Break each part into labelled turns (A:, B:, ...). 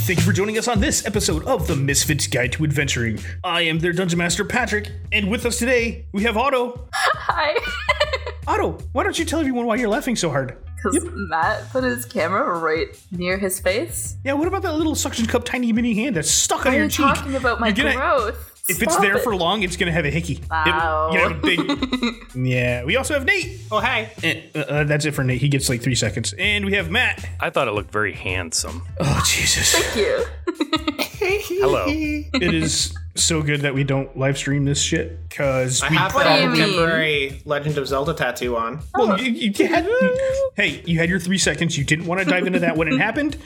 A: Thank you for joining us on this episode of The Misfits Guide to Adventuring. I am their Dungeon Master, Patrick, and with us today, we have Otto.
B: Hi.
A: Otto, why don't you tell everyone why you're laughing so hard?
B: Because Matt put his camera right near his face.
A: Yeah, what about that little suction cup tiny mini hand that's stuck on
B: Are
A: your
B: you
A: cheek?
B: talking about my
A: You're gonna-
B: growth?
A: if it's
B: Stop
A: there
B: it.
A: for long, it's gonna have a hickey. It-
B: Wow.
A: you know, a big- yeah. We also have Nate.
C: Oh, hey.
A: Eh, uh, uh, that's it for Nate. He gets like three seconds, and we have Matt.
D: I thought it looked very handsome.
A: Oh Jesus!
B: Thank you.
D: Hello.
A: it is so good that we don't live stream this shit because
C: I
A: we
C: have a
B: do you mean?
C: temporary Legend of Zelda tattoo on.
A: Well, you, you had, hey, you had your three seconds. You didn't want to dive into that when it happened.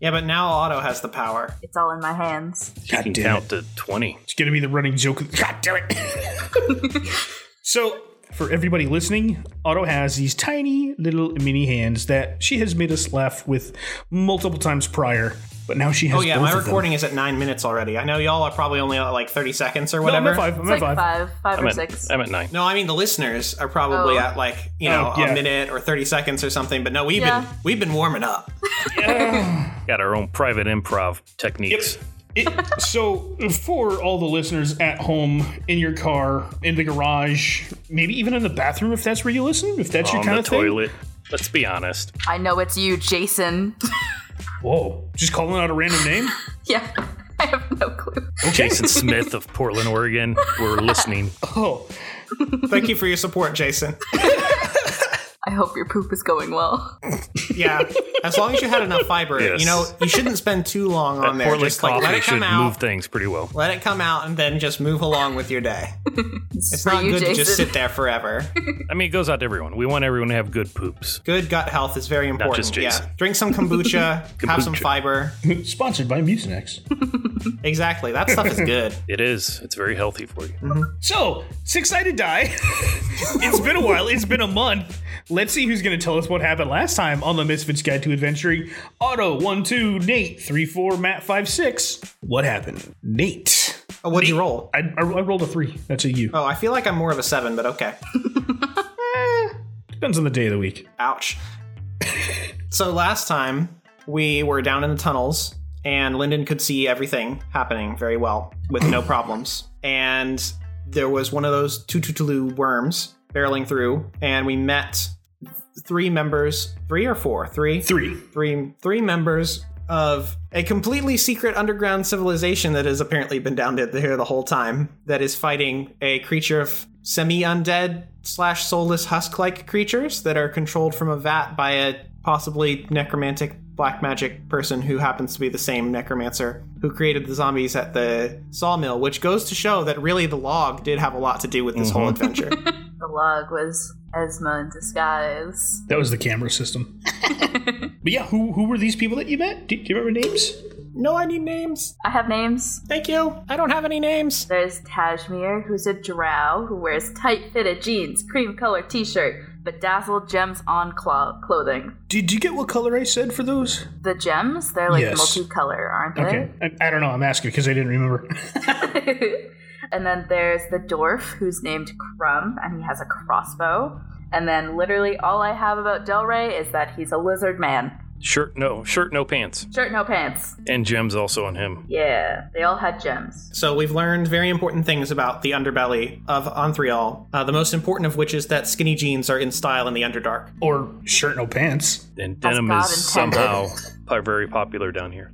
C: Yeah, but now Otto has the power.
B: It's all in my hands.
A: God
D: You can
A: damn it.
D: count to 20.
A: It's going to be the running joke. God damn it. so, for everybody listening, Otto has these tiny little mini hands that she has made us laugh with multiple times prior, but now she has.
C: Oh, yeah,
A: both
C: my
A: of them.
C: recording is at nine minutes already. I know y'all are probably only at like 30 seconds or
A: No, I'm
C: whatever.
A: at five. I'm
B: It's
A: at
B: like
A: five.
B: five, five
D: I'm
B: or
D: at,
B: six.
D: I'm at nine.
C: No, I mean the listeners are probably
B: Oh.
C: at like you
A: Oh,
C: know
A: yeah.
C: a minute or thirty seconds or something. But no, we've
B: Yeah.
C: been we've been warming up.
D: Got our own private improv techniques.
A: It, so, for all the listeners at home, in your car, in the garage, maybe even in the bathroom, if that's where you listen, if that's your
D: On
A: kind
D: the
A: of thing.
D: toilet. Let's be honest.
B: I know it's you, Jason.
A: Whoa, just calling out a random name?
B: yeah, I have no clue.
A: Okay.
D: Jason Smith of Portland, Oregon. We're listening.
A: Oh,
C: Thank you for your support, Jason.
B: I hope your poop is going well.
C: Yeah, as long as you had enough fiber,
D: Yes.
C: you know you shouldn't spend too long on there.
D: Portland
C: Just like let
D: coffee
C: it
D: should
C: come out,
D: move things pretty well.
C: let it come out, and then just move along with your day. It's
B: for
C: not
B: you,
C: good to
B: Jason.
C: just sit there forever.
D: I mean, it goes out to everyone. We want everyone to have good poops.
C: Good gut health is very important.
D: just Jason.
C: Yeah, drink some kombucha, have some
D: Kombucha.
C: fiber.
A: sponsored by Mutinex.
C: Exactly, that stuff is good.
D: It is. It's very healthy for you.
C: Mm-hmm.
A: So, six sided die. it's been a while. It's been a month. Let's see who's going to tell us what happened last time on the Misfits Guide to Adventuring. Otto, one, two, Nate, three, four, Matt, five, six. What happened? Nate.
C: Oh, what'd you roll?
A: I, I, I rolled a three. That's a U.
C: Oh, I feel like I'm more of a seven, but okay.
A: Depends on the day of the week.
C: Ouch. so last time we were down in the tunnels and Lyndon could see everything happening very well with no problems. And there was one of those tututulu worms barreling through and we met three members, three or four, three,
A: Three.
C: three, three members of a completely secret underground civilization that has apparently been down here the whole time. That is fighting a creature of semi-undead slash soulless husk-like creatures that are controlled from a vat by a possibly necromantic black magic person who happens to be the same necromancer who created the zombies at the sawmill which goes to show that really the log did have a lot to do with this whole adventure
B: The log was Esma in disguise.
A: That was the camera system. but yeah, who who were these people that you met? Do, do you remember names?
C: no i need names
B: I have names.
C: thank you i don't have any names
B: There's Tajmir, who's a drow who wears tight fitted jeans, cream colored t shirt, bedazzled gems on claw- clothing.
A: Did you get what color I said for those?
B: The gems, they're like
A: Yes.
B: multicolor, aren't they?
A: Okay. I, I don't know. I'm asking because I didn't remember.
B: and then there's the dwarf who's named Crumb and he has a crossbow. And then literally all I have about Del Rey is that he's a lizard man.
D: Shirt, no. Shirt, no pants.
B: Shirt, no pants.
D: And gems also on him.
B: Yeah, they all had gems.
C: So we've learned very important things about the underbelly of Anthrial, uh, the most important of which is that skinny jeans are in style in the Underdark.
A: or shirt, no pants.
D: And
B: That's
D: denim
B: God
D: is
B: intended.
D: somehow po- very popular down here.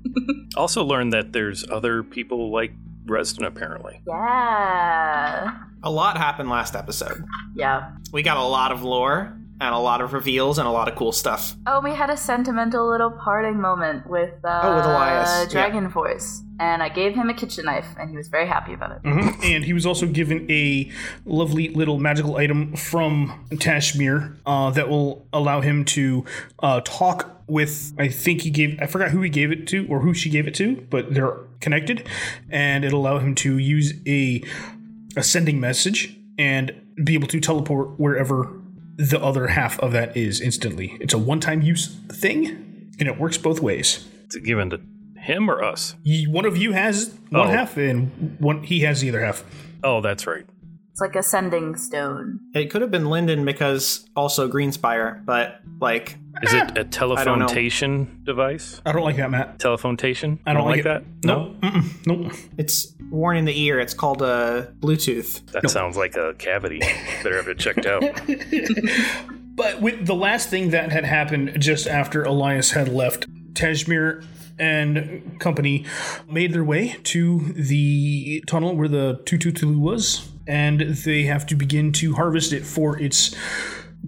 D: also learned that there's other people like Reston, apparently.
B: Yeah.
C: A lot happened last episode.
B: Yeah.
C: We got a lot of lore and a lot of reveals and a lot of cool stuff.
B: Oh, we had a sentimental little parting moment with uh,
C: Oh, with Elias, yeah.
B: Dragon Voice, and I gave him a kitchen knife, and he was very happy about it.
A: Mhm. And he was also given a lovely little magical item from Tashmir uh, that will allow him to uh, talk with. I think he gave. I forgot who he gave it to or who she gave it to, but they're connected, and it'll allow him to use a a sending message and be able to teleport wherever the other half of that is instantly. It's a one-time use thing, and it works both ways.
D: It's given to him or us?
A: Y- One of you has one
D: Oh.
A: half, and one he has the other half.
D: Oh, that's right.
B: It's like a sending stone.
C: It could have been Linden because also Greenspire, but like
D: Is it a
C: don't know.
D: telephontation device?
A: I don't like that, Matt.
D: Telephontation?
A: I don't like,
D: that.
A: it. Nope. Mm-mm. Nope.
C: it's worn in the ear. It's called a Bluetooth.
D: That sounds like a cavity. Better have it checked out.
A: But with the last thing that had happened just after Elias had left, Tajmir and company made their way to the tunnel where the Tututulu was, and they have to begin to harvest it for its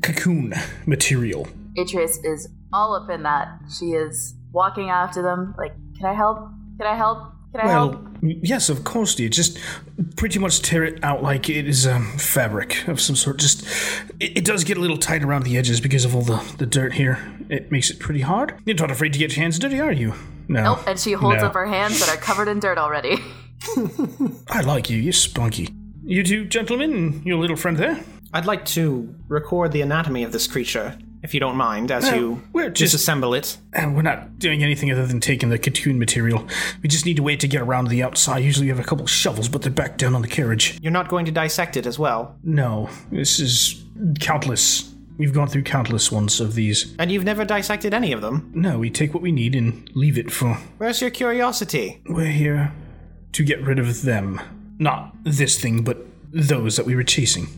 A: cocoon material.
B: Atreus is all up in that. She is walking after them, like, can I help? Can I help? Can I help?
A: Well, yes, of course, dear. Just pretty much tear it out like it is um, fabric of some sort. Just it, it does get a little tight around the edges because of all the, the dirt here. It makes it pretty hard. You're not afraid to get your hands dirty, are you? No.
B: Oh, and she holds
A: No.
B: up her hands that are covered in dirt already.
A: I like you. You're spunky. You two gentlemen and your little friend there.
C: I'd like to record the anatomy of this creature, if you don't mind, as you
A: Uh, we're just-
C: disassemble it.
A: And we're not doing anything other than taking the cocoon material. We just need to wait to get around to the outside. Usually we have a couple shovels, but they're back down on the carriage.
C: You're not going to dissect it as well,
A: No, this is countless. We've gone through countless ones of these.
C: and you've never dissected any of them.
A: No, we take what we need and leave it for.
C: Where's your curiosity?
A: We're here to get rid of them. Not this thing, but those that we were chasing.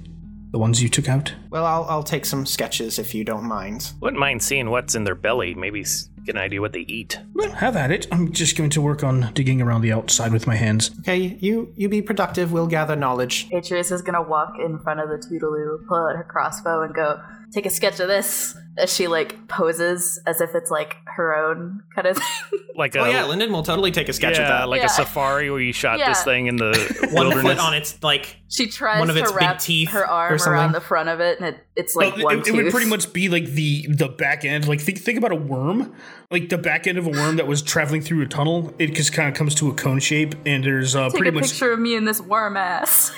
A: The ones you took out?
C: Well, I'll, I'll take some sketches if you don't mind.
D: Wouldn't mind seeing what's in their belly. Maybe s- get an idea what they eat.
A: Well, have at it. I'm just going to work on digging around the outside with my hands.
C: Okay, you you be productive. We'll gather knowledge.
B: Atreus is gonna walk in front of the Toodaloo, pull out her crossbow, and go, take a sketch of this. As she like poses as if it's like her own kind of thing.
D: Like a
C: Oh yeah, Linden will totally take a sketch
D: yeah,
C: of that.
D: like
B: Yeah.
D: a safari where you shot this
B: Yeah.
D: thing in the
C: One
D: wilderness.
C: foot on its like
B: she tries
C: One of
B: to
C: its big
B: wrap
C: teeth
B: her
C: or
B: arm
C: something.
B: around the front of it, and it, it's like
A: Well,
B: one
A: it, it
B: tooth.
A: would pretty much be like the the back end. Like think think about a worm, like the back end of a worm that was traveling through a tunnel. It just kind of comes to a cone shape, and there's uh,
B: Take
A: pretty
B: a
A: much
B: picture Oh. of me in this worm ass.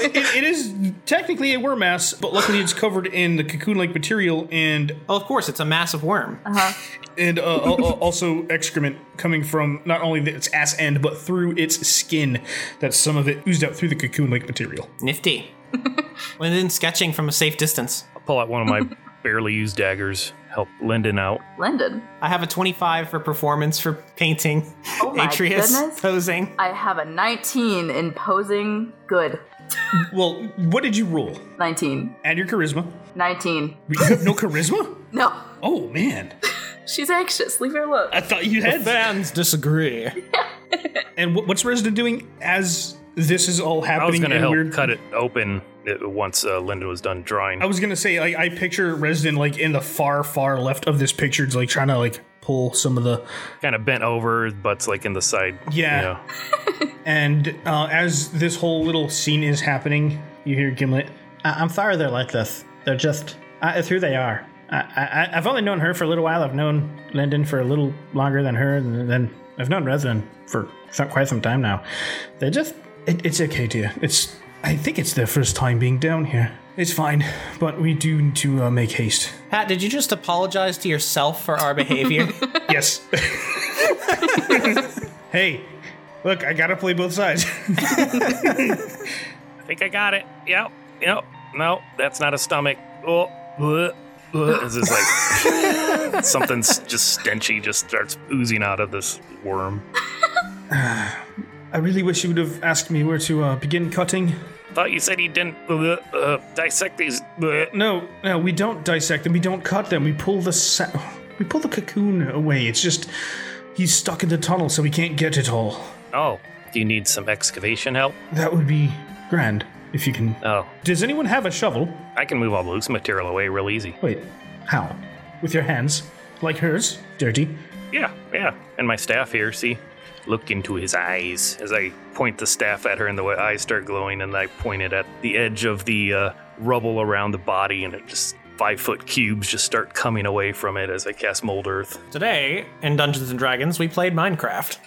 A: it, it is technically a worm mass, but luckily it's covered in the cocoon-like material and
C: Oh, of course, it's a massive worm.
B: Uh-huh.
A: and uh, uh, uh, also excrement coming from not only its ass end but through its skin. That some of it oozed out through the cocoon-like material.
C: Nifty. Linden sketching from a safe distance.
D: I'll pull out one of my barely used daggers. Help Lyndon out.
B: Linden.
C: I have a 25 for performance for painting.
B: Oh my
C: Atreus
B: goodness.
C: posing.
B: I have a 19 in posing. Good.
A: Well, what did you roll?
B: 19.
A: Add your charisma.
B: 19.
A: You have no charisma.
B: No.
A: Oh man,
B: She's anxious. Leave her alone.
A: I thought you had that.
C: Fans disagree.
A: And what, what's Resident doing as this is all
D: I was
A: happening?
D: going to
A: and
D: help
A: we're-
D: cut it open uh, once uh, Lyndon was done drawing.
A: I was gonna say like I picture Resident like in the far far left of this picture, it's like trying to like pull some of the
D: kind of bent over, butts like in the side.
A: Yeah. and uh, as this whole little scene is happening, you hear Gimlet.
E: I- I'm sorry they're like this. They're just. I, it's who they are. I, I, I've only known her for a little while. I've known Lyndon for a little longer than her, and then I've known Resident for some, quite some time now. They just.
A: It, it's okay, dear. It's I think it's their first time being down here. It's fine, but we do need to uh, make haste.
C: Pat, did you just apologize to yourself for our behavior?
A: yes. hey, look, I gotta play both sides.
D: I think I got it. Yep. Yep. No, that's not a stomach. Oh, bleh, bleh. this is like something s- just stenchy just starts oozing out of this worm.
A: I really wish you would have asked me where to uh, begin cutting.
D: Thought you said he didn't bleh, uh, dissect these. uh, bleh.
A: No, no, we don't dissect them. We don't cut them. We pull the sa- we pull the cocoon away. It's just he's stuck in the tunnel, so we can't get it all.
D: Oh, do you need some excavation help?
A: That would be grand if you can.
D: Oh,
A: Does anyone have a shovel?
D: I can move all the loose material away real easy.
A: Wait, how? With your hands, like hers, dirty.
D: Yeah, yeah. And my staff here, see? Look into his eyes as I point the staff at her, and the wa- eyes start glowing, and I point it at the edge of the uh, rubble around the body, and it just five foot cubes just start coming away from it as I cast Mold Earth.
C: Today, in Dungeons and Dragons, we played Minecraft.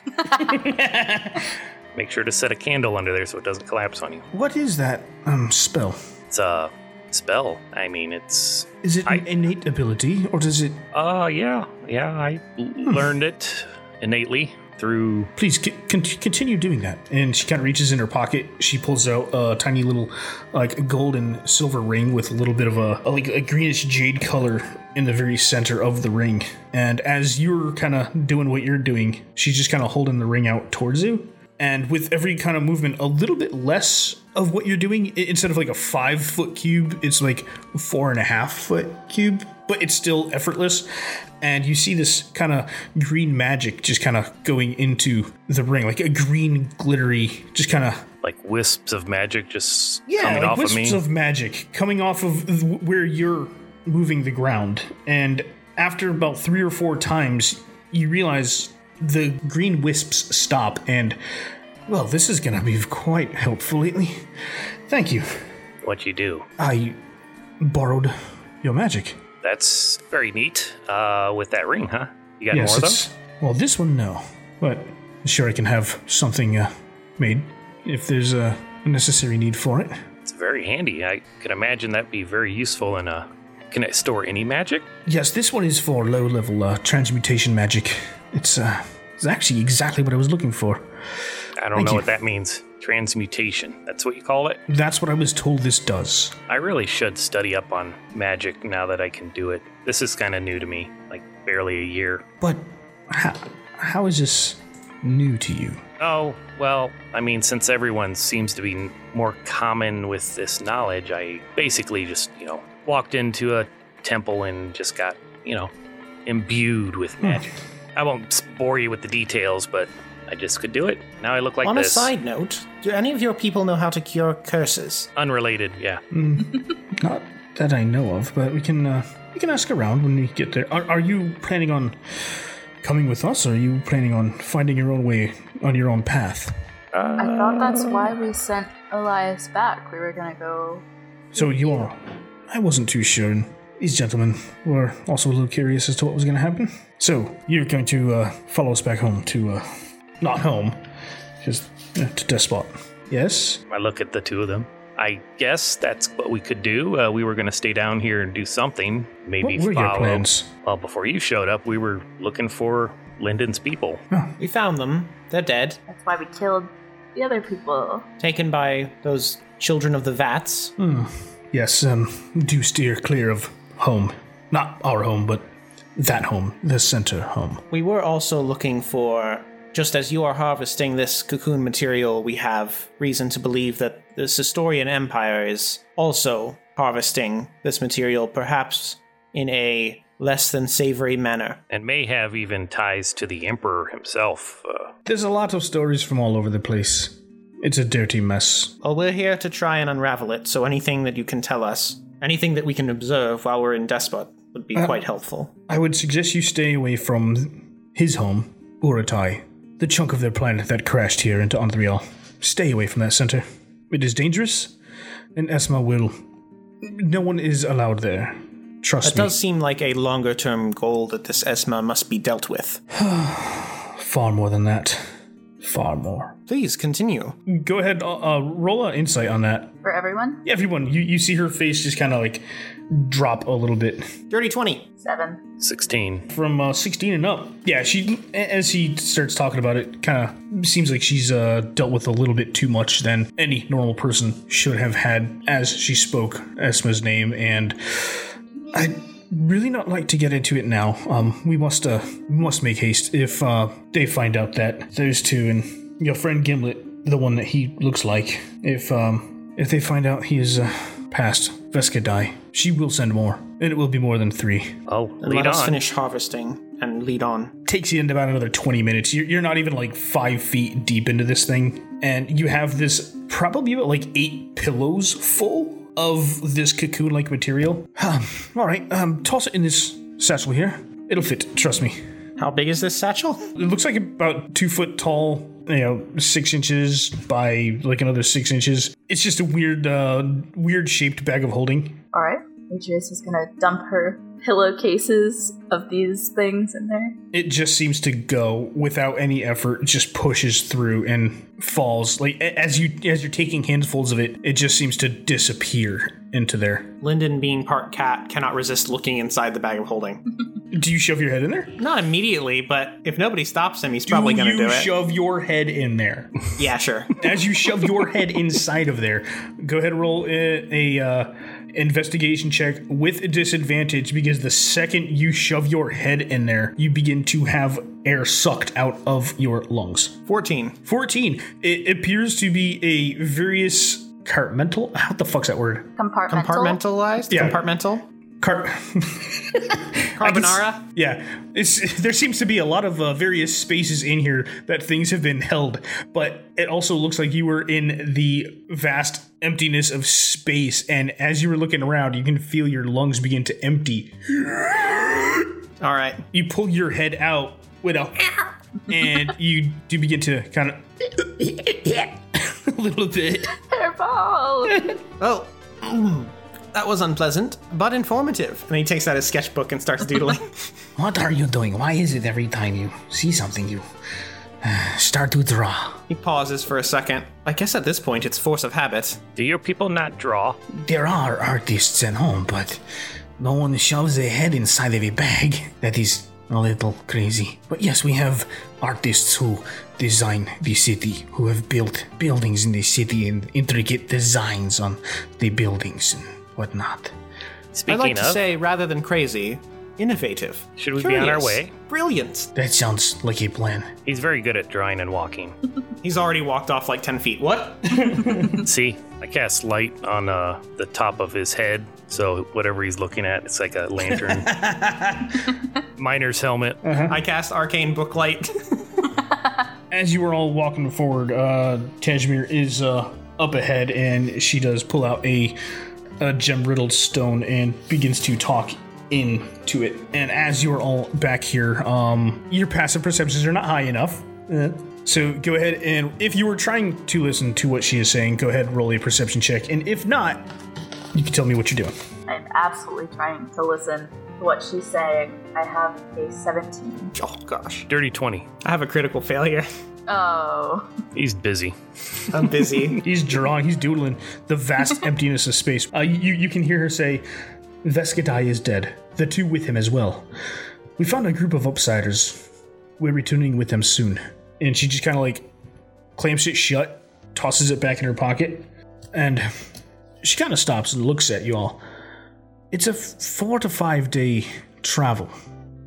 D: Make sure to set a candle under there so it doesn't collapse on you.
A: What is that um spell?
D: It's a spell. I mean, it's.
A: Is it an
D: I-
A: innate ability, or does it?
D: Uh, yeah, yeah, I l- learned it innately. through.
A: Please c- con- continue doing that. And she kind of reaches in her pocket. She pulls out a tiny little, like, gold and silver ring with a little bit of a, a like a greenish jade color in the very center of the ring. And as you're kind of doing what you're doing, she's just kind of holding the ring out towards you. And with every kind of movement, a little bit less of what you're doing. I- Instead of like a five foot cube, it's like four and a half foot cube, but it's still effortless. And you see this kind of green magic just kind of going into the ring, like a green glittery, just kind of
D: Like wisps of magic just
A: yeah,
D: coming
A: like
D: off of
A: wisps
D: me.
A: of, magic coming off of th- where you're moving the ground. And after about three or four times, you realize the green wisps stop and, well, this is going to be quite helpful lately. Thank you.
D: what you do?
A: I borrowed your magic.
D: That's very neat. Uh, with that ring, huh? You got more of them?
A: it's- Well, this one, no. But I'm sure I can have something uh, made if there's a necessary need for it.
D: It's very handy. I can imagine that'd be very useful in a. Can it store any magic?
A: Yes, this one is for low level uh, transmutation magic. It's uh, it's actually exactly what I was looking for.
D: I don't know what that means. Transmutation. That's what you call it?
A: That's what I was told this does.
D: I really should study up on magic now that I can do it. This is kind of new to me, like barely a year.
A: But how, how is this new to you?
D: Oh, well, I mean, since everyone seems to be n- more common with this knowledge, I basically just, you know, walked into a temple and just got, you know, imbued
A: Hmm.
D: with magic. I won't s- bore you with the details, but I just could do it. Now I look like
C: On
D: this.
C: a side note, do any of your people know how to cure curses?
D: Unrelated, yeah.
A: Hmm. Not that I know of, but we can uh, we can ask around when we get there. Are, are you planning on coming with us, or are you planning on finding your own way on your own path?
B: I thought that's why we sent Elias back. We were gonna go.
A: So you're. I wasn't too sure, and these gentlemen were also a little curious as to what was going to happen. So you're going to uh, follow us back home to. Uh, not home, just uh, to Despot. Yes?
D: I look at the two of them. I guess that's what we could do. Uh, we were going to stay down here and do something. Maybe
A: what were
D: follow.
A: your plans?
D: Well, before you showed up, we were looking for Lyndon's people.
C: We found them. They're dead.
B: That's why we killed the other people.
C: Taken by those children of the vats.
A: Yes, um, do steer clear of home. Not our home, but that home, the center home.
C: We were also looking for, just as you are harvesting this cocoon material, we have reason to believe that the Sistorian Empire is also harvesting this material, perhaps in a less than savory manner.
D: and may have even ties to the emperor himself. Uh,
A: There's a lot of stories from all over the place. It's a dirty mess.
C: Well, we're here to try and unravel it, so anything that you can tell us, anything that we can observe while we're in Despot, would be quite helpful.
A: I would suggest you stay away from his home, Uratai, the chunk of their planet that crashed here into Andriel. Stay away from that center. It is dangerous, and Esma will. No one is allowed there. Trust
C: It
A: me.
C: does seem like a longer term goal that this Esma must be dealt with.
A: Far more than that. Far more.
C: Please continue.
A: Go ahead, uh, uh, roll an insight on that.
B: For everyone?
A: Everyone, you, you see her face just kind of like drop a little bit.
C: Dirty 20.
B: Seven.
D: 16.
A: from uh, 16 and up. Yeah, she as he starts talking about it, kind of seems like she's uh, dealt with a little bit too much than any normal person should have had. As she spoke Esma's name, and I really not like to get into it now. Um, we must uh we must make haste if uh they find out that those two and your friend Gimlet, the one that he looks like, if um if they find out he is uh, past Veska die, she will send more, and it will be more than three
D: Oh,
C: And
D: lead
C: let us
D: on.
C: finish harvesting and lead on.
A: takes you into about another 20 minutes. You're, you're not even like five feet deep into this thing. And you have this probably about like eight pillows full of this cocoon like material. Um, all right, um, toss it in this satchel here. It'll fit, trust me.
C: How big is this satchel?
A: It looks like about two foot tall, you know, six inches by like another six inches. It's just a weird, uh, weird shaped bag of holding.
B: All right. Atreus is gonna dump her pillowcases of these things in there.
A: it just seems to go without any effort it just pushes through and falls like a- as you as you're taking handfuls of it it just seems to disappear into there.
C: Lyndon, being part cat, cannot resist looking inside the bag of holding.
A: Do you shove your head in there?
C: Not immediately, but if nobody stops him, he's probably going to
A: you
C: do it.
A: shove your head in there.
C: yeah, sure.
A: As you shove your head inside of there, go ahead and roll a, a uh, investigation check with a disadvantage because the second you shove your head in there, you begin to have air sucked out of your lungs.
C: 14.
A: 14. It appears to be a various cartmental. How the fuck's that word?
B: Compartmental.
C: Compartmentalized?
A: Yeah.
C: Compartmental?
A: Cart.
C: Carbonara?
A: Yeah, it's, there seems to be a lot of uh, various spaces in here that things have been held, but it also looks like you were in the vast emptiness of space. And as you were looking around, you can feel your lungs begin to empty.
C: All right.
A: You pull your head out with a, and you do begin to kind of a little bit.
B: Fireball.
C: Oh, mm, that was unpleasant, but informative. And he takes out his sketchbook and starts doodling.
F: What are you doing? Why is it every time you see something you
A: uh,
F: start to draw?
C: he pauses for a second. I guess at this point it's force of habit.
D: Do your people not draw?
F: There are artists at home, but no one shoves their head inside of a bag. That is a little crazy. But yes, we have artists who design the city, who have built buildings in the city and intricate designs on the buildings and whatnot.
D: Speaking
C: I'd like
D: of,
C: to say, rather than crazy, innovative.
D: Should we be on our
C: Curious.
D: way?
C: Brilliant.
F: That sounds like a plan.
D: he's very good at drawing and walking.
C: He's already walked off like 10 feet. What? Mhm.
D: See, I cast light on uh, the top of his head, so whatever he's looking at, it's like a lantern. Miner's helmet.
C: I cast arcane booklight.
A: as you were all walking forward, uh, Tanjmir is uh, up ahead, and she does pull out a, a gem-riddled stone and begins to talk into it. And as you are all back here, um, your passive perceptions are not high enough. Uh, So go ahead and if you were trying to listen to what she is saying, go ahead and roll a perception check. And if not, you can tell me what you're doing.
B: I'm absolutely trying to listen to what she's saying. I have a 17.
C: oh, gosh.
D: Dirty 20.
C: I have a critical failure.
B: Oh.
D: He's busy.
C: I'm busy.
A: He's drawing, he's doodling the vast emptiness of space. Uh, you, you can hear her say, Vescadai is dead, the two with him as well. We found a group of upsiders. We're returning with them soon. And she just kind of like clamps it shut, tosses it back in her pocket, and she kind of stops and looks at you all. It's a f- four to five day travel.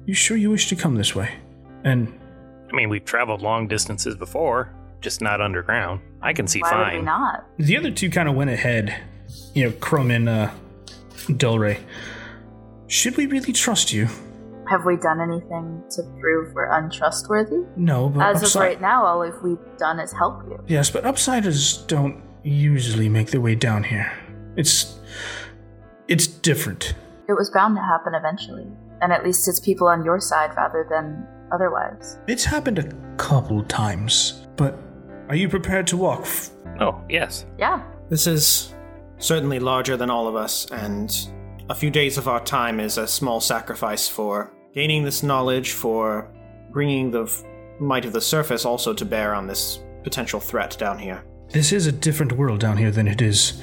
A: You sure you wish to come this way? And
D: I mean, we've traveled long distances before, just not underground. I can see
B: Why would we
D: fine.
B: not?
A: The other two kind of went ahead, you know, Crum and uh, Delray. Should we really trust you?
B: Have we done anything to prove we're untrustworthy?
A: No, but
B: As
A: upsi-
B: of right now, all if we've done is help you.
A: yes, but upsiders don't usually make their way down here. It's it's different.
B: It was bound to happen eventually. And at least it's people on your side rather than otherwise.
A: It's happened a couple times, but are you prepared to walk? F-
D: Oh, yes.
B: Yeah.
C: this is certainly larger than all of us, and a few days of our time is a small sacrifice for gaining this knowledge, for bringing the f- might of the surface also to bear on this potential threat down here.
A: This is a different world down here than it is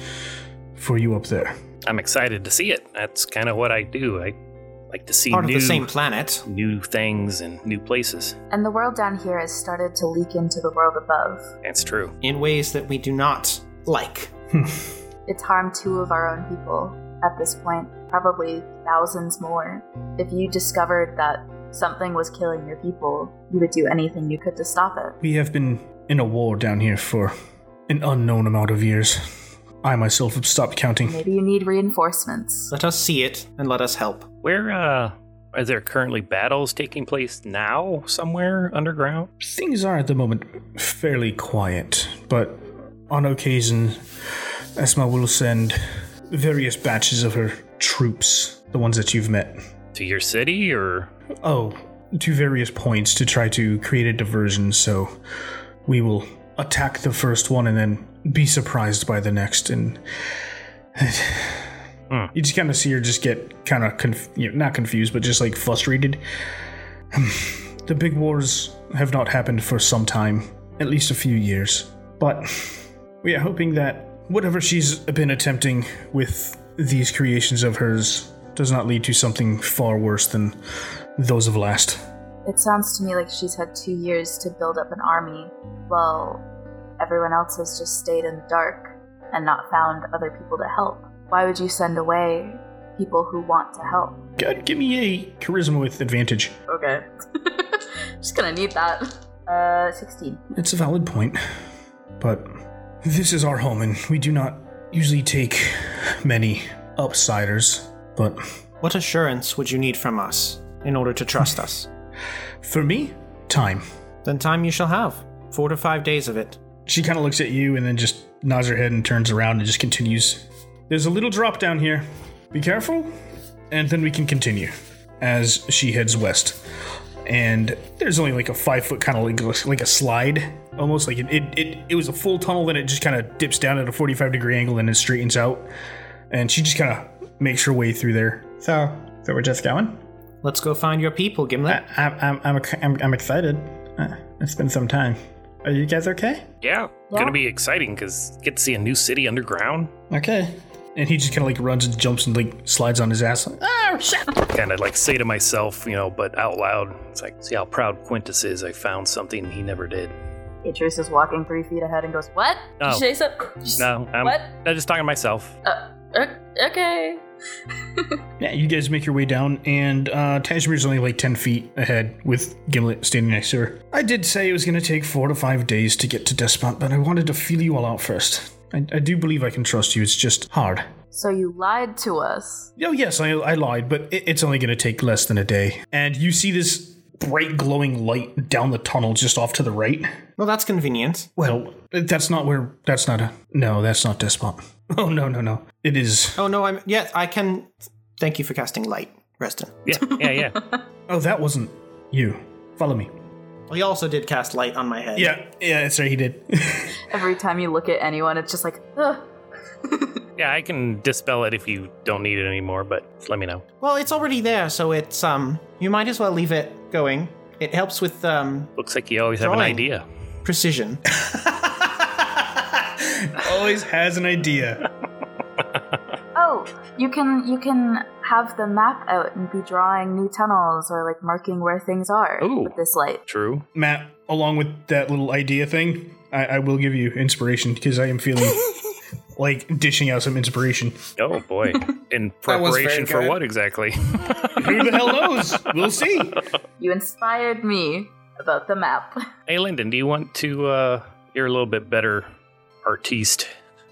A: for you up there.
D: I'm excited to see it. That's kind of what I do. I like to see
C: Part
D: new,
C: of the same planet.
D: new things and new places.
B: And the world down here has started to leak into the world above.
D: That's true.
C: in ways that we do not like.
B: It's harmed two of our own people at this point, probably thousands more. If you discovered that something was killing your people, you would do anything you could to stop it.
A: We have been in a war down here for an unknown amount of years. I myself have stopped counting.
B: Maybe you need reinforcements.
C: Let us see it and let us help.
D: Where, uh, are there currently battles taking place now somewhere underground?
A: Things are at the moment fairly quiet, but on occasion, Esma will send various batches of her troops, the ones that you've met,
D: To your city or
A: oh, to various points to try to create a diversion. So we will attack the first one and then be surprised by the next. And you just kind of see her just get kind of conf- you know, not confused, but just like frustrated. the big wars have not happened for some time, at least a few years. But we are hoping that whatever she's been attempting with these creations of hers does not lead to something far worse than those of last.
B: It sounds to me like she's had two years to build up an army while everyone else has just stayed in the dark and not found other people to help. Why would you send away people who want to help?
A: God, give me a charisma with advantage.
B: Okay. just gonna need that. Uh, 16.
A: It's a valid point, but this is our home, and we do not usually take many upsiders. But
C: What assurance would you need from us in order to trust us?
A: for me, time.
C: Then time you shall have. Four to five days of it.
A: She kind of looks at you and then just nods her head and turns around and just continues. There's a little drop down here. Be careful, and then we can continue as she heads west. And there's only like a five foot kind of like, like a slide, almost like it, it, it, it was a full tunnel, then it just kind of dips down at a 45 degree angle and it straightens out. And she just kind of makes her way through there.
E: So, so we're just going.
C: Let's go find your people,
A: Uh.
C: Gimlet.
E: I, I, I'm, I'm, ec- I'm, I'm excited. Uh, It's been some time. Are you guys okay?
D: Yeah, gonna be exciting because get to see a new city underground.
E: Okay.
A: And he just kind of like runs and jumps and like slides on his ass.
E: Oh shit!
D: Kind of like say to myself, you know, but out loud. It's like, see how proud Quintus is. I found something he never did.
B: Atreus is walking three feet ahead and goes, What?
D: Oh.
B: Did you say something?
D: No, I'm,
B: What?
D: I'm just talking to myself.
B: O- okay.
A: Yeah, you guys make your way down, and uh, Tashmir's only like 10 feet ahead with Gimlet standing next to her. I did say it was going to take four to five days to get to Despot, but I wanted to feel you all out first. I, I do believe I can trust you, it's just hard.
B: So you lied to us.
A: Oh, yes, I, I lied, but it, it's only going to take less than a day. And you see this bright glowing light down the tunnel just off to the right.
C: Well, that's convenient.
A: Well, that's not where. That's not a. No, that's not Despot. Oh, no, no, no. It is.
C: Oh, no, I'm. Yeah, I can. Thank you for casting light, Reston.
D: Yeah, yeah, yeah.
A: Oh, that wasn't you. Follow me.
C: He also did cast light on my head.
A: Yeah, yeah, sorry, he did.
B: Every time you look at anyone, it's just like, Ugh.
D: yeah, I can dispel it if you don't need it anymore, but just let me know.
C: Well, it's already there, so it's, um. You might as well leave it going. It helps with, um,
D: Looks like you always have an
C: Drawing.
D: idea.
C: precision.
A: always has an idea.
B: Oh, you can you can have the map out and be drawing new tunnels or like marking where things are
D: Ooh.
B: with this light.
D: True.
A: Matt, along with that little idea thing, I, I will give you inspiration because I am feeling like dishing out some inspiration.
D: Oh boy. In
G: was very
D: preparation for
G: good.
D: what exactly?
A: Who the hell knows? We'll see.
B: You inspired me about the map.
D: hey, Lyndon, do you want to? uh You're a little bit better artiste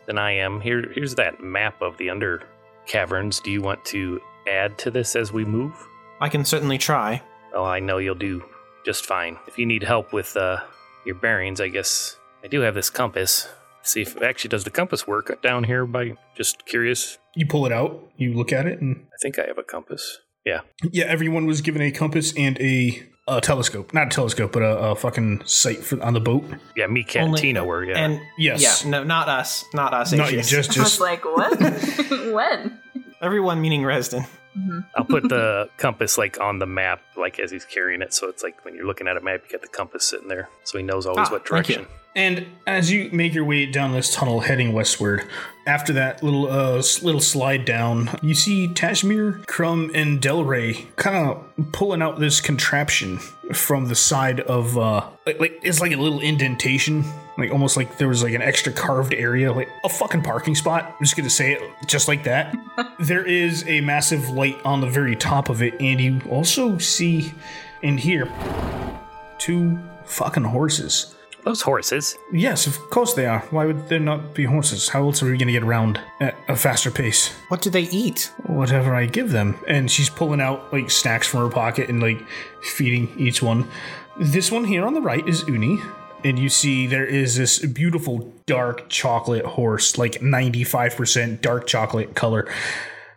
D: than I am. Here, here's that map of the under caverns. Do you want to add to this as we move?
C: I can certainly try.
D: Oh, I know you'll do just fine. If you need help with uh, your bearings, I guess I do have this compass. See if actually does the compass work down here? By just curious.
A: You pull it out, you look at it, and
D: I think I have a compass. Yeah.
A: yeah, everyone was given a compass and a, a telescope. Not a telescope, but a, a fucking sight for, on the boat.
D: Yeah, me, Cat, and
C: Only-
D: Tina were, yeah.
C: And.
A: Yes.
C: Yeah, no, not us. Not us.
A: Not you,
C: Atreus.
A: just
B: I was
A: just
B: like, what? when?
C: Everyone meaning Resden.
D: I'll put the compass, like, on the map, like, as he's carrying it. So it's like when you're looking at a map, you got the compass sitting there. So he knows always
C: Ah,
D: what
C: thank you.
D: direction.
A: And as you make your way down this tunnel heading westward, after that little uh, s- little slide down, you see Tashmir, Crumb, and Delray kind of pulling out this contraption from the side of uh, like, like it's like a little indentation, like almost like there was like an extra carved area, like a fucking parking spot. I'm just gonna say it just like that. there is a massive light on the very top of it, and you also see in here two fucking horses.
D: Those horses.
A: Yes, of course they are. Why would there not be horses? How else are we going to get around at a faster pace?
C: What do they eat?
A: Whatever I give them. And she's pulling out like snacks from her pocket and like feeding each one. This one here on the right is Uni. And you see there is this beautiful dark chocolate horse, like 95% dark chocolate color.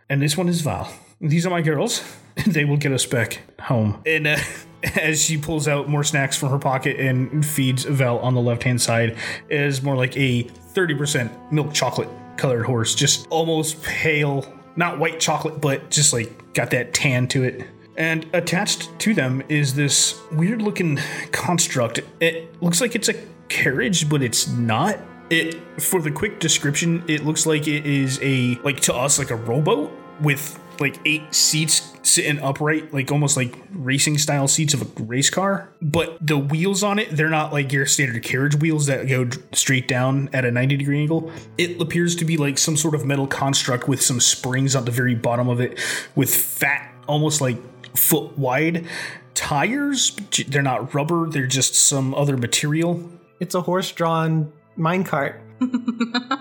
A: And this one is Val. These are my girls. They will get us back home. And uh, as she pulls out more snacks from her pocket and feeds Val on the left hand side, it is more like a 30% milk chocolate colored horse, just almost pale, not white chocolate, but just like got that tan to it. And attached to them is this weird looking construct. It looks like it's a carriage, but it's not. It for the quick description, it looks like it is a like to us like a rowboat with like eight seats sitting upright, like almost like racing style seats of a race car. But the wheels on it, they're not like your standard carriage wheels that go d- straight down at a 90 degree angle. It appears to be like some sort of metal construct with some springs on the very bottom of it with fat, almost like foot wide tires. But j- They're not rubber, they're just some other material.
C: It's a horse-drawn minecart.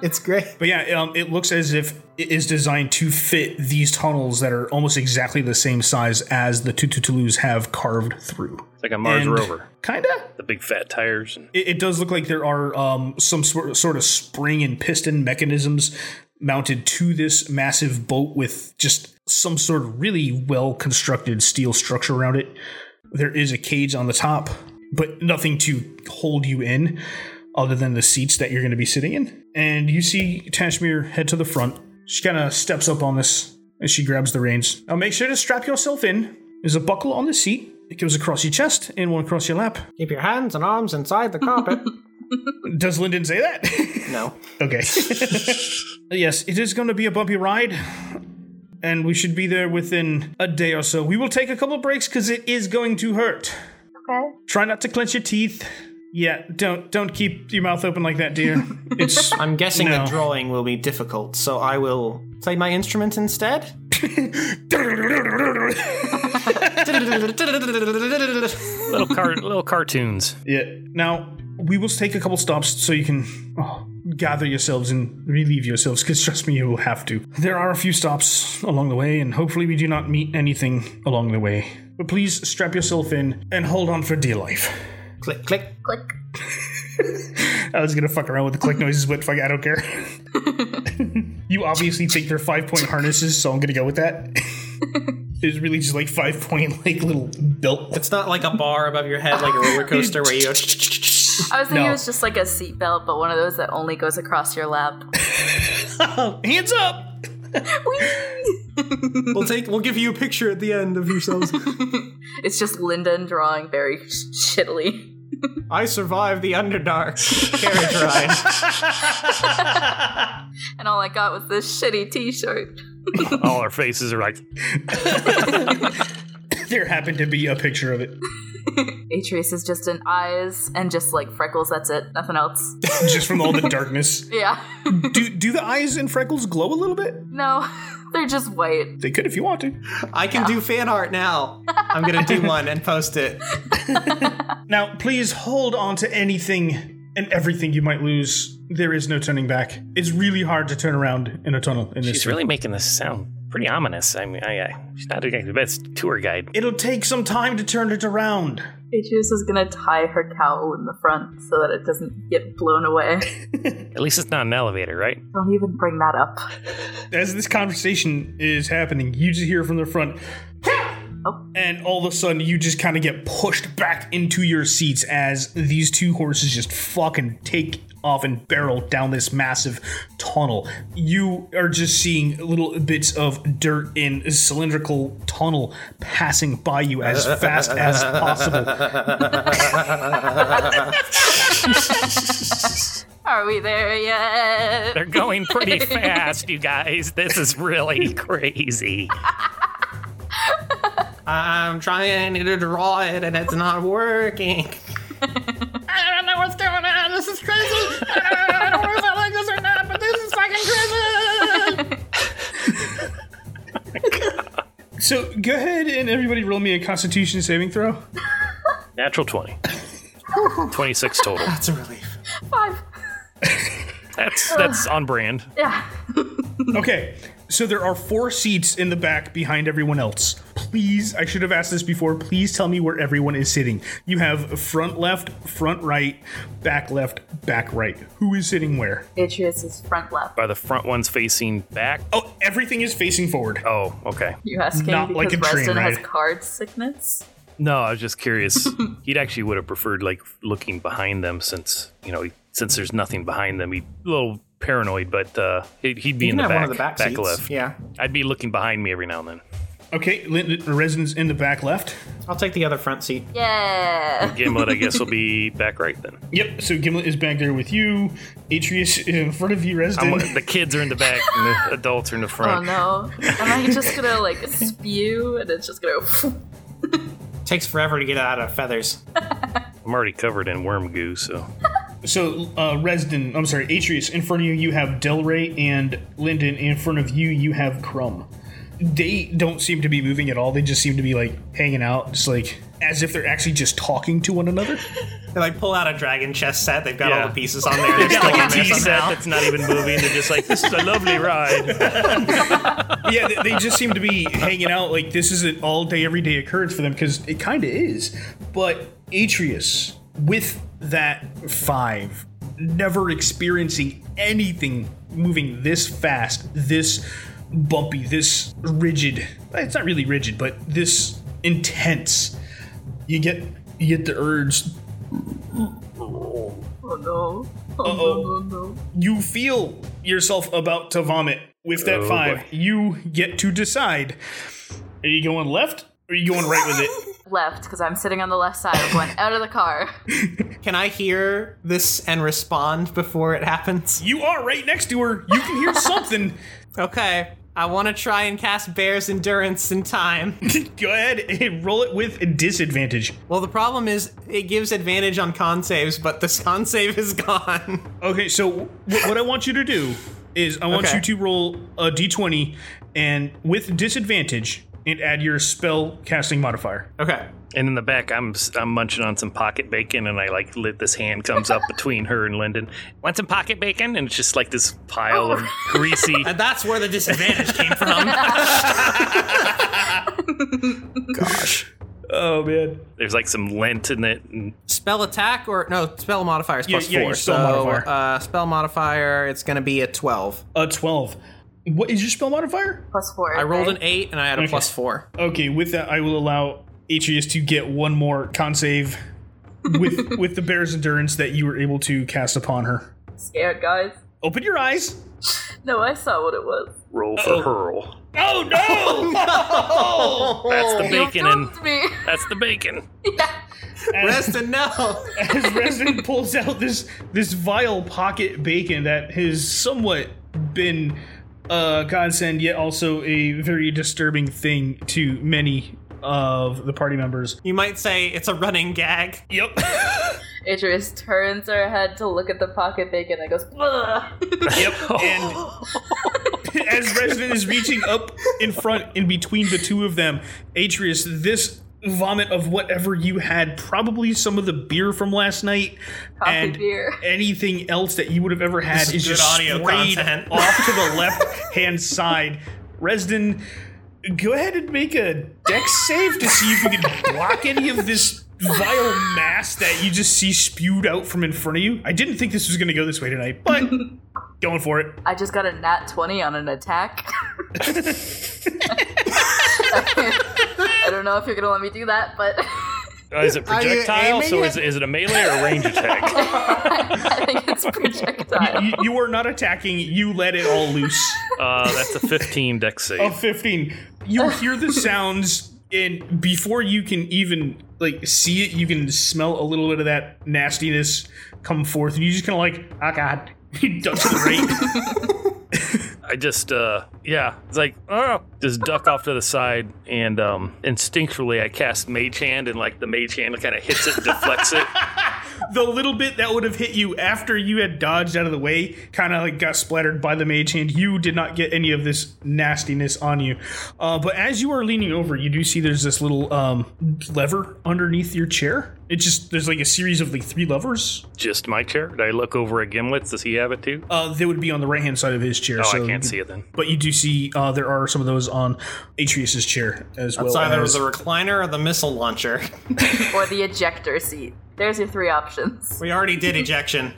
C: it's great.
A: But yeah, um, it looks as if it is designed to fit these tunnels that are almost exactly the same size as the Tututulus have carved through.
D: It's like a Mars
A: And-
D: rover.
A: Kinda.
D: The big fat tires. And
A: It, it does look like there are um, some sort sort of spring and piston mechanisms mounted to this massive boat with just some sort of really well constructed steel structure around it. There is a cage on the top, but nothing to hold you in other than the seats that you're going to be sitting in. And you see Tashmir head to the front. She kind of steps up on this and she grabs the reins. Now make sure to strap yourself in. There's a buckle on the seat. It goes across your chest and one across your lap.
C: Keep your hands and arms inside the carpet.
A: Does Lyndon say that?
C: no.
A: okay. yes, it is going to be a bumpy ride, and we should be there within a day or so. We will take a couple breaks because it is going to hurt.
B: Okay.
A: Try not to clench your teeth. Yeah, don't don't keep your mouth open like that, dear. It's
C: I'm guessing
A: No.
C: the drawing will be difficult, so I will play my instrument instead.
D: little car, little cartoons.
A: yeah. Now we will take a couple stops so you can oh, gather yourselves and relieve yourselves. Because trust me, you will have to. There are a few stops along the way, and hopefully we do not meet anything along the way. But please strap yourself in and hold on for dear life.
C: click, click.
B: Click.
A: I was gonna fuck around with the click noises, but fuck, I don't care. you obviously think they're five point harnesses, so I'm gonna go with that. it's really just like five point like little belt.
C: It's not like a bar above your head like a roller coaster where you go.
B: I was thinking
A: No.
B: it was just like a seatbelt, but one of those that only goes across your lap.
A: Hands up!
C: We'll take. We'll give you a picture at the end of yourselves.
B: It's just Lyndon drawing very shittily.
C: I survived the Underdark carriage ride.
B: And all I got was this shitty t shirt.
D: All our faces are like,
A: There happened to be a picture of it.
B: Atreus is just in eyes and just like freckles, that's it. Nothing else.
A: Just from all the darkness.
B: Yeah.
A: Do do the eyes and freckles glow a little bit?
B: no, they're just white.
A: They could if you want to.
C: I can do fan art now. I'm gonna do one and post it.
A: Now, please hold on to anything and everything you might lose. There is no turning back. It's really hard to turn around in a tunnel in this
D: she's really making this sound pretty ominous. I mean, I, I, she's not exactly the best tour guide.
A: It'll take some time to turn it around.
B: Atreus is gonna tie her cowl in the front so that it doesn't get blown away.
D: At least it's not an elevator, right?
B: Don't even bring that up.
A: As this conversation is happening, you just hear from the front, and all of a sudden you just kind of get pushed back into your seats as these two horses just fucking take off and barrel down this massive tunnel. You are just seeing little bits of dirt in cylindrical tunnel passing by you as fast as possible.
B: Are we there yet?
D: They're going pretty fast, you guys. This is really crazy.
C: I'm trying to draw it and it's not working.
G: I don't know what's going on. This is crazy. I don't know if I like this or not, but this is fucking crazy.
A: So go ahead and everybody roll me a constitution saving throw.
D: Natural 20. 26 total.
C: That's a relief.
B: Five.
D: That's that's on brand.
B: Yeah.
A: Okay, so there are four seats in the back behind everyone else. Please, I should have asked this before. Please tell me where everyone is sitting. You have front left, front right, back left, back right. Who is sitting where?
B: Atreus is front left.
D: Are the front ones facing back?
A: Oh, everything is facing forward.
D: Oh, okay.
B: You're asking
A: Not
B: because
A: like a train
B: Reston has
A: ride.
B: card sickness?
D: No, I was just curious. He'd actually would have preferred like looking behind them since you know he- since there's nothing behind them. He'd a little paranoid, but uh, he'd, he'd be
C: You
D: in
C: can
D: the
C: have
D: back,
C: one of the back, seats.
D: left.
C: Yeah.
D: I'd be looking behind me every now and then.
A: Okay, Lind- Resin's in the back left.
C: I'll take the other front seat.
B: Yeah.
D: Gimlet, I guess, will be back right then.
A: Yep, so Gimlet is back there with you. Atreus is in front of you,
D: I'm,
A: Resin.
D: the kids are in the back, and the adults are in the
B: Oh
D: front.
B: no. Am I just gonna like spew and it's just gonna
C: Takes forever to get out of feathers.
D: I'm already covered in worm goo, so
A: So, uh, Resden, I'm sorry, Atreus, in front of you, you have Delray and Linden. In front of you, you have Crumb. They don't seem to be moving at all. They just seem to be, like, hanging out, just like, as if they're actually just talking to one another.
C: They like pull out a dragon chess set. They've got
D: Yeah.
C: all the pieces on there. They're still
D: like
C: on
D: a
C: there
D: tea set
C: somehow.
D: that's not even moving. They're just like, this is a lovely ride.
A: yeah, they, they just seem to be hanging out. Like this is an all day, everyday occurrence for them because it kind of is. But Atreus, with that five, never experiencing anything moving this fast, this bumpy, this rigid. eh, It's not really rigid, but this intense. You get you get the urge
B: Oh no.
A: Uh-oh.
B: Oh no, no, no.
A: you feel yourself about to vomit with that
D: Oh,
A: five.
D: boy.
A: You get to decide. Are you going left or are you going right with it?
B: Left, because I'm sitting on the left side of one out of the car.
C: Can I hear this and respond before it happens?
A: You are right next to her. You can hear something.
C: Okay. I want to try and cast Bear's Endurance in time.
A: Go ahead and roll it with a disadvantage.
C: well, the problem is it gives advantage on con saves, but this con save is gone.
A: Okay, so wh- what I want you to do is I want
C: Okay.
A: you to roll a d20 and with disadvantage and add your spell casting modifier.
C: Okay.
D: And in the back, I'm I'm munching on some pocket bacon, and I like lit this hand comes up between her and Lyndon. Want some pocket bacon? And it's just like this pile of greasy.
C: And that's where the disadvantage came from.
A: Oh man.
D: There's like some lint in it. And
C: spell attack or no spell modifier is
A: Yeah,
C: plus
A: yeah,
C: four.
A: your spell
C: so
A: modifier.
C: Uh, spell modifier, it's going to be a twelve.
A: A 12. What is your spell modifier?
B: Plus four.
C: I rolled
B: right?
C: an eight and I had a plus four.
A: Okay, with that, I will allow Atreus to get one more con save with with the bear's endurance that you were able to cast upon her.
B: Scared, guys.
A: Open your eyes.
B: No, I saw what it was.
D: roll for hurl.
A: Oh no!
D: That's the bacon,
B: you
D: and
B: doomed me.
D: that's the bacon.
A: as,
C: Reston, no.
A: as Resin pulls out this this vile pocket bacon that has somewhat been a godsend, yet also a very disturbing thing to many of the party members.
C: you might say it's a running gag.
A: Yep.
B: Idris turns her head to look at the pocket bacon and goes, "Ugh."
A: Yep. And as Resident is reaching up in front, in between the two of them, Atreus, this vomit of whatever you had, probably some of the beer from last night,
B: Coffee
A: and
B: beer.
A: anything else that you would have ever had
C: is
A: is,
C: good
A: just
C: audio
A: sprayed
C: content.
A: off to the left hand side. Resden, go ahead and make a dex save to see if you can block any of this vile mass that you just see spewed out from in front of you. I didn't think this was going to go this way tonight, but going for it.
B: I just got a nat 20 on an attack. I don't know if you're gonna let me do that, but
D: Uh, is it projectile?
C: aiming
D: So
C: it?
D: is, is it a melee or a range attack?
B: I think it's projectile.
A: you, you are not attacking. You let it all loose.
D: Uh, that's a 15 dex save.
A: Of fifteen, you hear the sounds, and before you can even like see it, you can smell a little bit of that nastiness come forth, and you just kind of like, oh god, you duck to the right.
D: I just, uh, yeah, it's like, oh, just duck off to the side, and um, instinctually I cast Mage Hand, and like the Mage Hand kind of hits it, and deflects it.
A: the little bit that would have hit you after you had dodged out of the way, kind of like got splattered by the mage hand. You did not get any of this nastiness on you, uh, but as you are leaning over, you do see there's this little um, lever underneath your chair. It just there's like a series of like three levers
D: Just my chair. Did I look over at Gimlet? Does he have it too?
A: Uh, they would be on the right hand side of his chair.
D: Oh,
A: so
D: I can't see it then.
A: But you do see uh, there are some of those on Atreus's chair as well.
C: It's either
A: as-
C: the recliner or the missile launcher.
B: Or the ejector seat. There's your three options.
C: We already did ejection.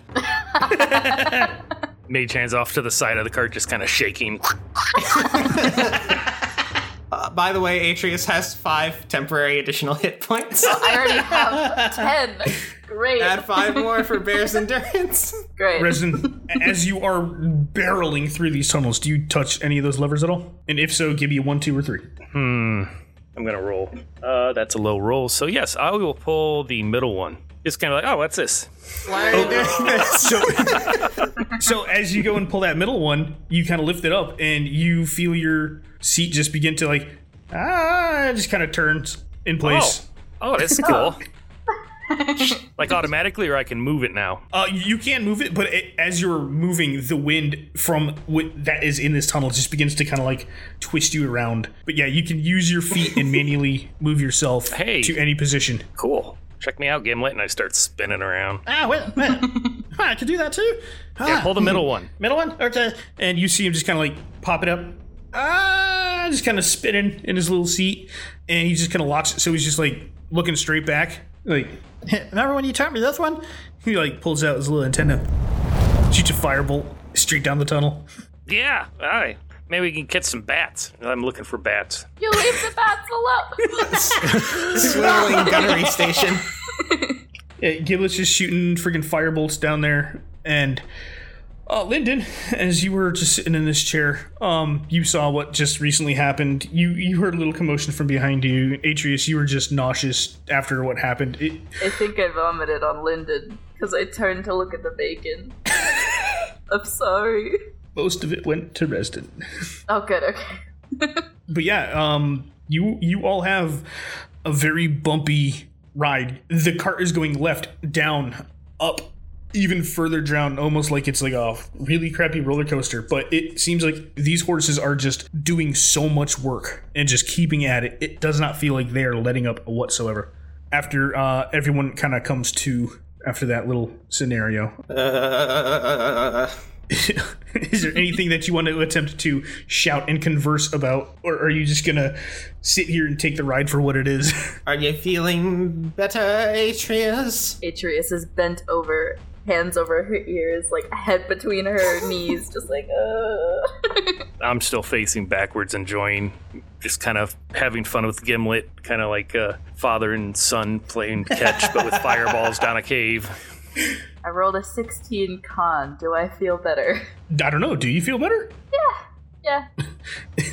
D: Mage Hand's off to the side of the cart, just kind of shaking.
C: Uh, by the way, Atreus has five temporary additional hit points.
B: I already have 10. Great.
C: Add five more for Bear's endurance.
B: Great.
A: Resin, as you are barreling through these tunnels, do you touch any of those levers at all? And if so, give me a one, two, or three.
D: I'm gonna roll. Uh, that's a low roll. So yes, I will pull the middle one. It's kind of like, oh, what's this?
C: Why are you doing this?
A: So, so as you go and pull that middle one, you kind of lift it up and you feel your seat just begin to like, ah, it just kind of turns in place.
D: Oh, oh, that's cool. like automatically, or I can move it now.
A: Uh, you can move it, but it, as you're moving, the wind from what that is in this tunnel just begins to kind of like twist you around. But yeah, you can use your feet and manually move yourself
D: Hey.
A: to any position.
D: Cool. Check me out, Gimlet, and I start spinning around.
E: Ah, wait, wait. Huh, I could do that too. Ah.
D: Yeah,
A: Ah.
D: pull the middle one.
E: Middle one? Okay.
A: uh, and you see him just kind of like pop it up, ah, just kind of spinning in his little seat, and he just kind of locks it. So he's just like looking straight back, like
E: Remember when you taught me this one?
A: he like pulls out his little antenna, shoots a firebolt straight down the tunnel.
D: Yeah. All right. Maybe we can catch some bats. I'm looking for bats.
B: You leave the bats alone.
C: Swirling gunnery station.
A: Yeah, Giblet's just shooting freaking firebolts down there, and uh, Lyndon, as you were just sitting in this chair, um, you saw what just recently happened. You you heard a little commotion from behind you. Atreus, you were just nauseous after what happened. It,
B: I think I vomited on Lyndon because I turned to look at the bacon. I'm sorry.
A: most of it went to Resden.
B: Oh, good. Okay.
A: but yeah, um, you you all have a very bumpy ride. The cart is going left, down, up, even further down, almost like it's like a really crappy roller coaster. But it seems like these horses are just doing so much work and just keeping at it. It does not feel like they are letting up whatsoever. After uh, everyone kind of comes to after that little scenario,
C: Uh,
A: is there anything that you want to attempt to shout and converse about or are you just gonna sit here and take the ride for what it is
C: are you feeling better, Atreus?
B: Atreus is bent over, hands over her ears, like head between her knees, just like, uh.
D: I'm still facing backwards, enjoying just kind of having fun with Gimlet, kind of like uh, father and son playing catch, but with fireballs down a cave.
B: I rolled a 16 con. Do I feel better?
A: i don't know do you feel better
B: Yeah. A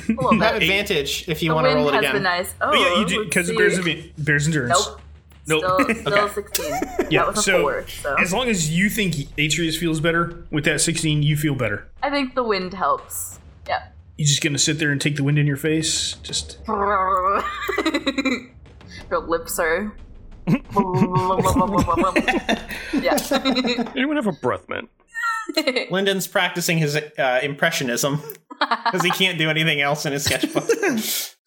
B: little
C: Have
B: bit.
C: advantage if you
B: The
C: want to
B: wind
C: roll it
B: has
C: again.
B: been nice. Oh,
A: oh, yeah you do
B: let's
A: because
B: see.
A: of bears, endu- bears endurance
B: Nope. Still, still 16.
A: Yeah,
B: that was a
A: so-
B: 4, so.
A: as long as you think atreus feels better with that 16 you feel better
B: I think the wind helps. Yeah.
A: you just gonna sit there and take the wind in your face just
B: Her lips are. yeah.
D: Anyone have a breath mint?
C: Lyndon's practicing his uh, impressionism because he can't do anything else in his sketchbook.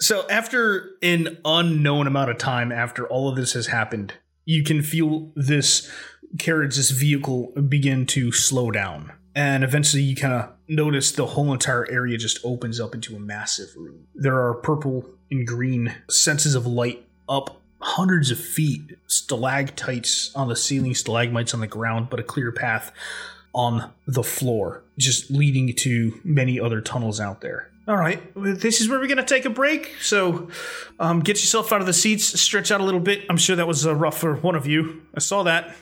A: So after an unknown amount of time after all of this has happened, you can feel this carriage, this vehicle begin to slow down. And eventually you kind of notice the whole entire area just opens up into a massive room. There are purple and green senses of light up hundreds of feet, stalactites on the ceiling, stalagmites on the ground, but a clear path on the floor, just leading to many other tunnels out there. All right, this is where we're going to take a break. So um, get yourself out of the seats, stretch out a little bit. I'm sure that was uh, rough for one of you. I saw that.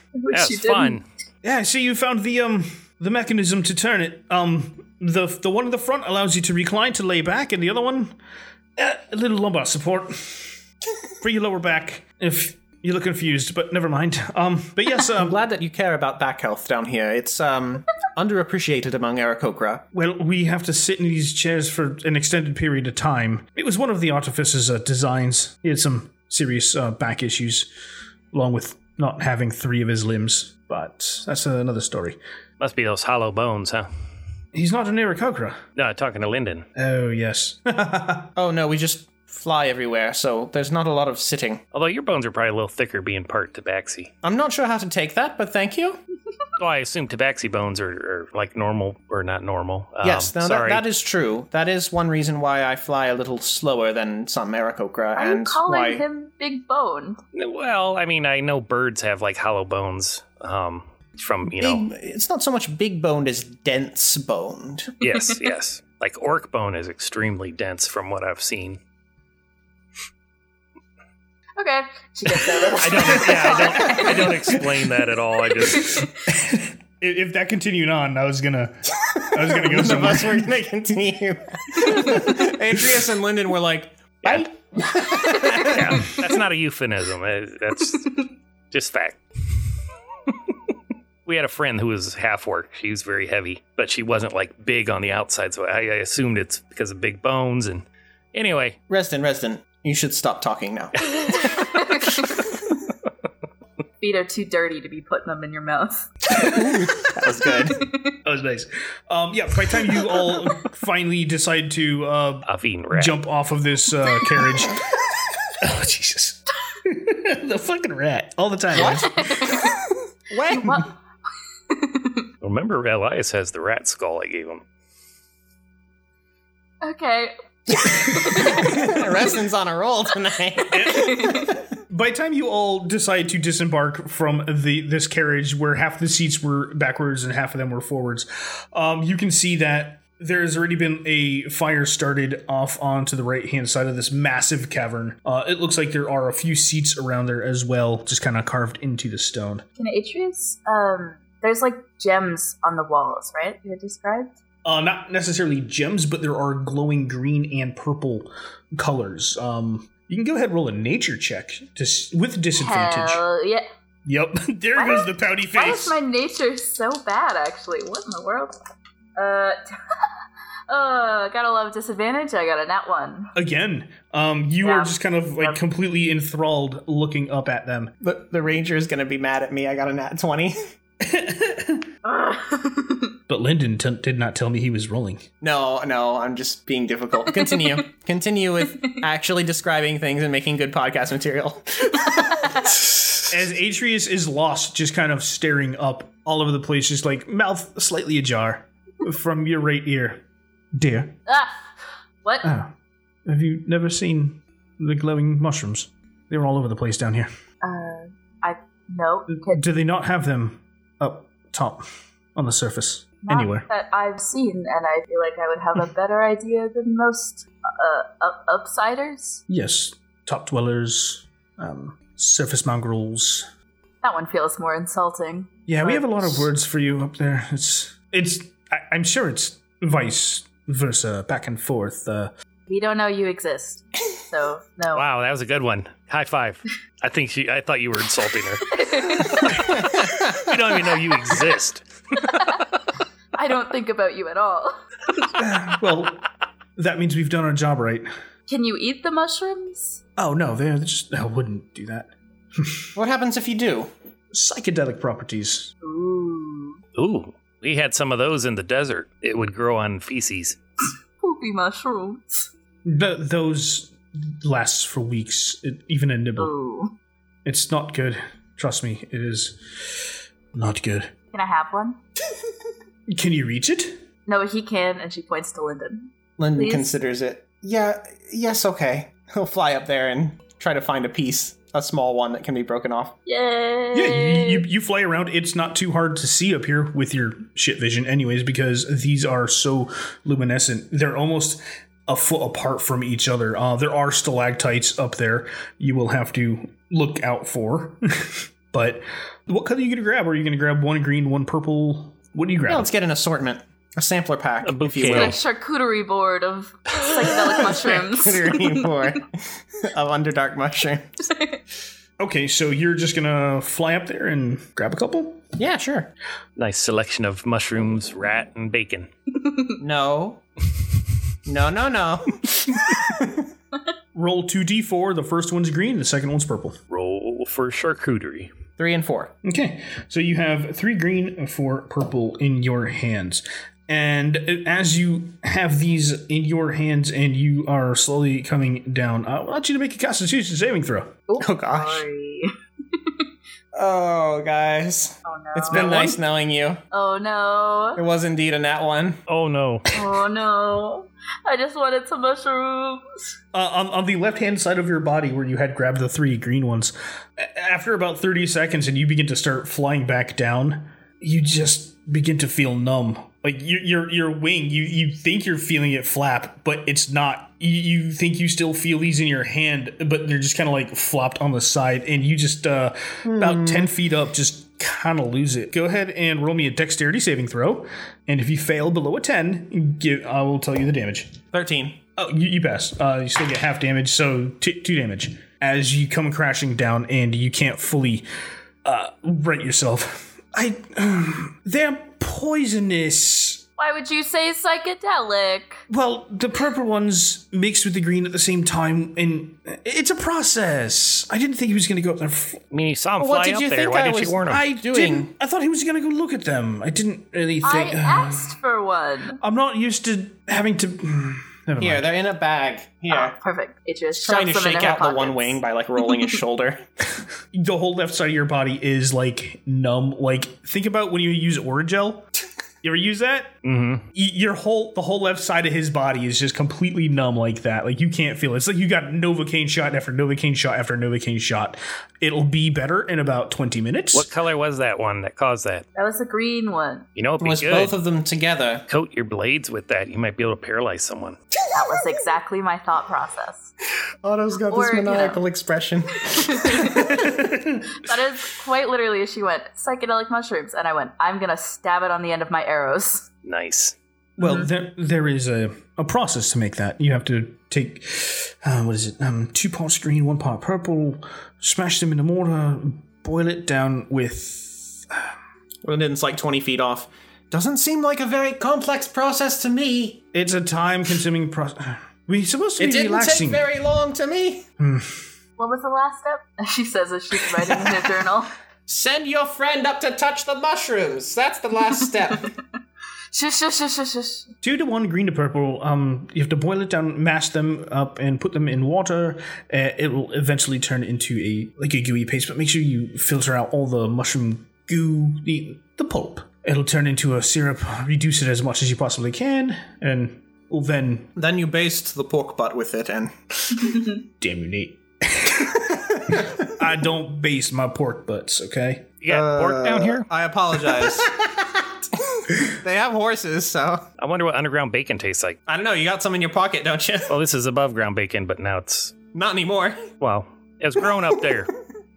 D: Yeah,
B: she
D: it's fun.
A: Yeah, I see you found the um the mechanism to turn it. Um the the one at the front allows you to recline to lay back and the other one eh, a little lumbar support for your lower back if you look confused, but never mind. Um but yes, um
C: glad that you care about back health down here. It's um, underappreciated among Aarakocra.
A: Well, we have to sit in these chairs for an extended period of time. It was one of the artificer's uh, designs. He had some serious uh, back issues, along with not having three of his limbs, but that's another story.
D: Must be those hollow bones, huh?
A: He's not an Aarakocra.
D: No, talking to Lyndon.
A: Oh, yes.
C: Oh no, we just fly everywhere, so there's not a lot of sitting.
D: Although your bones are probably a little thicker being part tabaxi.
C: I'm not sure how to take that, but thank you.
D: Well, I assume tabaxi bones are, are like normal or not normal. Um,
C: yes, now that,
D: sorry.
C: that is true. That is one reason why I fly a little slower than some Aarakocra,
B: Are you
C: and
B: calling
C: why
B: him Big Bone?
D: Well, I mean, I know birds have like hollow bones um, from, you know.
C: big, it's not so much big boned as dense boned.
D: yes, yes. Like orc bone is extremely dense from what I've seen.
B: okay. She gets over.
D: I don't. Yeah, I don't. I don't explain that at all. I just.
A: If, if that continued on, I was gonna, I was gonna go
C: None of
A: somewhere.
C: us were going to continue. Andreas and Lyndon were like,
D: Yeah, that's not a euphemism. Uh, That's just fact. we had a friend who was half work. She was very heavy, but she wasn't like big on the outside. So I, I assumed it's because of big bones. And anyway,
C: Reston, Reston, you should stop talking now.
B: Feet are too dirty to be putting them in your mouth.
C: That was good.
A: That was nice. Um, yeah. By the time you all finally decide to uh,
D: I've eaten rat.
A: jump off of this uh, carriage, oh Jesus, the fucking rat all the time. guys.
C: What?
B: What?
D: Remember, Elias has the rat skull I gave him.
B: Okay.
C: Reston's on a roll tonight.
A: By the time you all decide to disembark from the this carriage, where half the seats were backwards and half of them were forwards, um, you can see that there has already been a fire started off onto the right hand side of this massive cavern. Uh, it looks like there are a few seats around there as well, just kind of carved into the stone.
B: Can Atreus? Um, there's like gems on the walls, right? You had described.
A: Uh, not necessarily gems, but there are glowing green and purple colors. Um, you can go ahead and roll a nature check to, s- with disadvantage.
B: Hell yeah.
A: Yep, there
B: Why
A: goes
B: was-
A: the pouty face.
B: Why is my nature so bad? Actually, what in the world? Uh, uh, gotta love disadvantage. I got a nat one.
A: again. Um, you
B: Yeah.
A: are just kind of like
B: Yep.
A: completely enthralled looking up at them.
C: The, the ranger is going to be mad at me. I got a nat 20.
B: Ugh.
A: But Lyndon t- did not tell me he was rolling.
C: No, no, I'm just being difficult. Continue. Continue with actually describing things and making good podcast material.
A: As Atreus is lost, just kind of staring up all over the place, just like mouth slightly ajar from your right ear. Dear,
B: ah, what?
A: ah, have you never seen the glowing mushrooms? They're all over the place down here.
B: Uh, I no. Could,
A: Do they not have them up top on the surface
B: not
A: anywhere?
B: that I've seen, and I feel like I would have a better idea than most uh, up- upsiders.
A: Yes, top dwellers, um, surface mongrels,
B: That one feels more insulting.
A: Yeah, we
B: But-
A: have a lot of words for you up there. It's it's. I, I'm sure it's vice versa, back and forth. Uh,
B: We don't know you exist, so no.
D: Wow, that was a good one. High five. I think she. I thought you were insulting her. You don't even know you exist.
B: I don't think about you at all.
A: well, that means we've done our job right.
B: Can you eat the mushrooms?
A: Oh no, they're just. I wouldn't do that.
C: what happens if you do?
A: Psychedelic properties.
B: Ooh,
D: Ooh, we had some of those in the desert. It would grow on feces.
B: poopy mushrooms.
A: Th- those last for weeks. It, even a nibble.
B: Ooh,
A: It's not good. Trust me, it is not good.
B: can I have one?
A: Can you reach it?
B: No, he can, and she points to Lyndon.
C: Lyndon
B: Please?
C: considers it. Yeah, yes, okay. He'll fly up there and try to find a piece, a small one that can be broken off.
B: Yay!
A: Yeah, you, you, you fly around. It's not too hard to see up here with your shit vision, anyways, because these are so luminescent. They're almost a foot apart from each other. Uh, there are stalactites up there you will have to look out for. but what color are you going to grab? Are you going to grab one green, one purple? What do you grab?
C: Yeah, let's get an assortment, a sampler pack,
D: A
C: if you
D: bouquet.
B: Get a
C: will.
B: charcuterie board of psychedelic mushrooms.
C: Charcuterie board of underdark mushrooms.
A: okay, so you're just going to fly up there and grab a couple?
C: Yeah, sure.
D: Nice selection of mushrooms, rat, and bacon.
C: No. No, no, no.
A: Roll 2d4. The first one's green, the second one's purple.
D: Roll for charcuterie.
C: Three and four.
A: Okay, so you have three green, and four purple in your hands. And as you have these in your hands and you are slowly coming down, I want you to make a constitution saving throw.
C: Oh, gosh.
B: Sorry.
C: Oh, guys.
B: Oh no.
C: It's been nice knowing you.
B: Oh
C: It
B: no.
C: was indeed a nat one.
D: Oh no.
B: Oh no. I just wanted some mushrooms.
A: Uh, on, on the left hand side of your body, where you had grabbed the three green ones, a- after about 30 seconds and you begin to start flying back down, you just begin to feel numb. Like your, your, your wing, you, you think you're feeling it flap, but it's not. you, you think you still feel these in your hand, but they're just kind of like flopped on the side, and you just uh, about ten feet up, just kind of lose it. Go ahead and roll me a dexterity saving throw, and if you fail below a ten, give, I will tell you the damage.
C: 13.
A: Oh, you, you pass. Uh, you still get half damage, so t- two damage as you come crashing down, and you can't fully uh, right yourself. I, um, they're poisonous.
B: Why would you say psychedelic?
A: Well, the purple ones mixed with the green at the same time, and it's a process. I didn't think he was going to go up there. f-
D: I mean, you saw him
C: what
D: fly
C: did
D: up
C: you
D: there.
C: think
D: Why
C: I
D: didn't
C: was-
D: you warn him?
A: I
C: doing?
A: didn't. I thought he was going to go look at them. I didn't really
B: I
A: think. uh,
B: asked for one.
A: I'm not used to having to. hmm, Never mind.
C: Here, they're in a bag. Here.
B: Perfect. It just
C: trying to
B: shoves them Uh, in
C: shake
B: her
C: out the one
B: pockets.
C: wing by like rolling his shoulder.
A: the whole left side of your body is like numb. Like think about when you use Orgel. You ever use that?
D: Mm-hmm.
A: Y- Your whole the whole left side of his body is just completely numb like that. Like you can't feel it. It's like you got novocaine shot after novocaine shot after novocaine shot. It'll be better in about twenty minutes.
D: What color was that one that caused that?
B: That was the green one.
D: You know, it'd be
C: Was
D: good.
C: both of them together?
D: Coat your blades with that. You might be able to paralyze someone.
B: That was exactly my thought process.
C: Otto's got
B: Or, you know.
C: expression.
B: That is quite literally as she went, psychedelic mushrooms. And I went, I'm going to stab it on the end of my arrows.
D: Nice.
A: Well, there there is a, a process to make that. You have to take uh, what is it? Um, two parts green, one part purple. Smash them in the mortar. Boil it down with
C: Linden's like 20 feet off. Doesn't seem like a very complex process to me.
A: It's a time-consuming process. We're supposed to
C: It
A: be
C: didn't
A: relaxing.
C: take very long to me.
B: What was the last step? She says as she's writing in her journal.
C: Send your friend up to touch the mushrooms. That's the last step.
B: Shush, shush, shush, shush, shush.
A: Two to one, green to purple. Um, you have to boil it down, mash them up, and put them in water. Uh, it will eventually turn into a like a gooey paste. But make sure you filter out all the mushroom goo, the the pulp. It'll turn into a syrup. Reduce it as much as you possibly can, and will then
C: then you baste the pork butt with it and
A: damn you, Nate. I don't baste my pork butts. Okay.
D: You got
C: Uh,
D: pork down here?
C: I apologize. they have horses, so
D: I wonder what underground bacon tastes like.
C: I don't know, you got some in your pocket, don't you?
D: Well, this is above ground bacon, but now it's
C: Not anymore.
D: well, it was grown up there.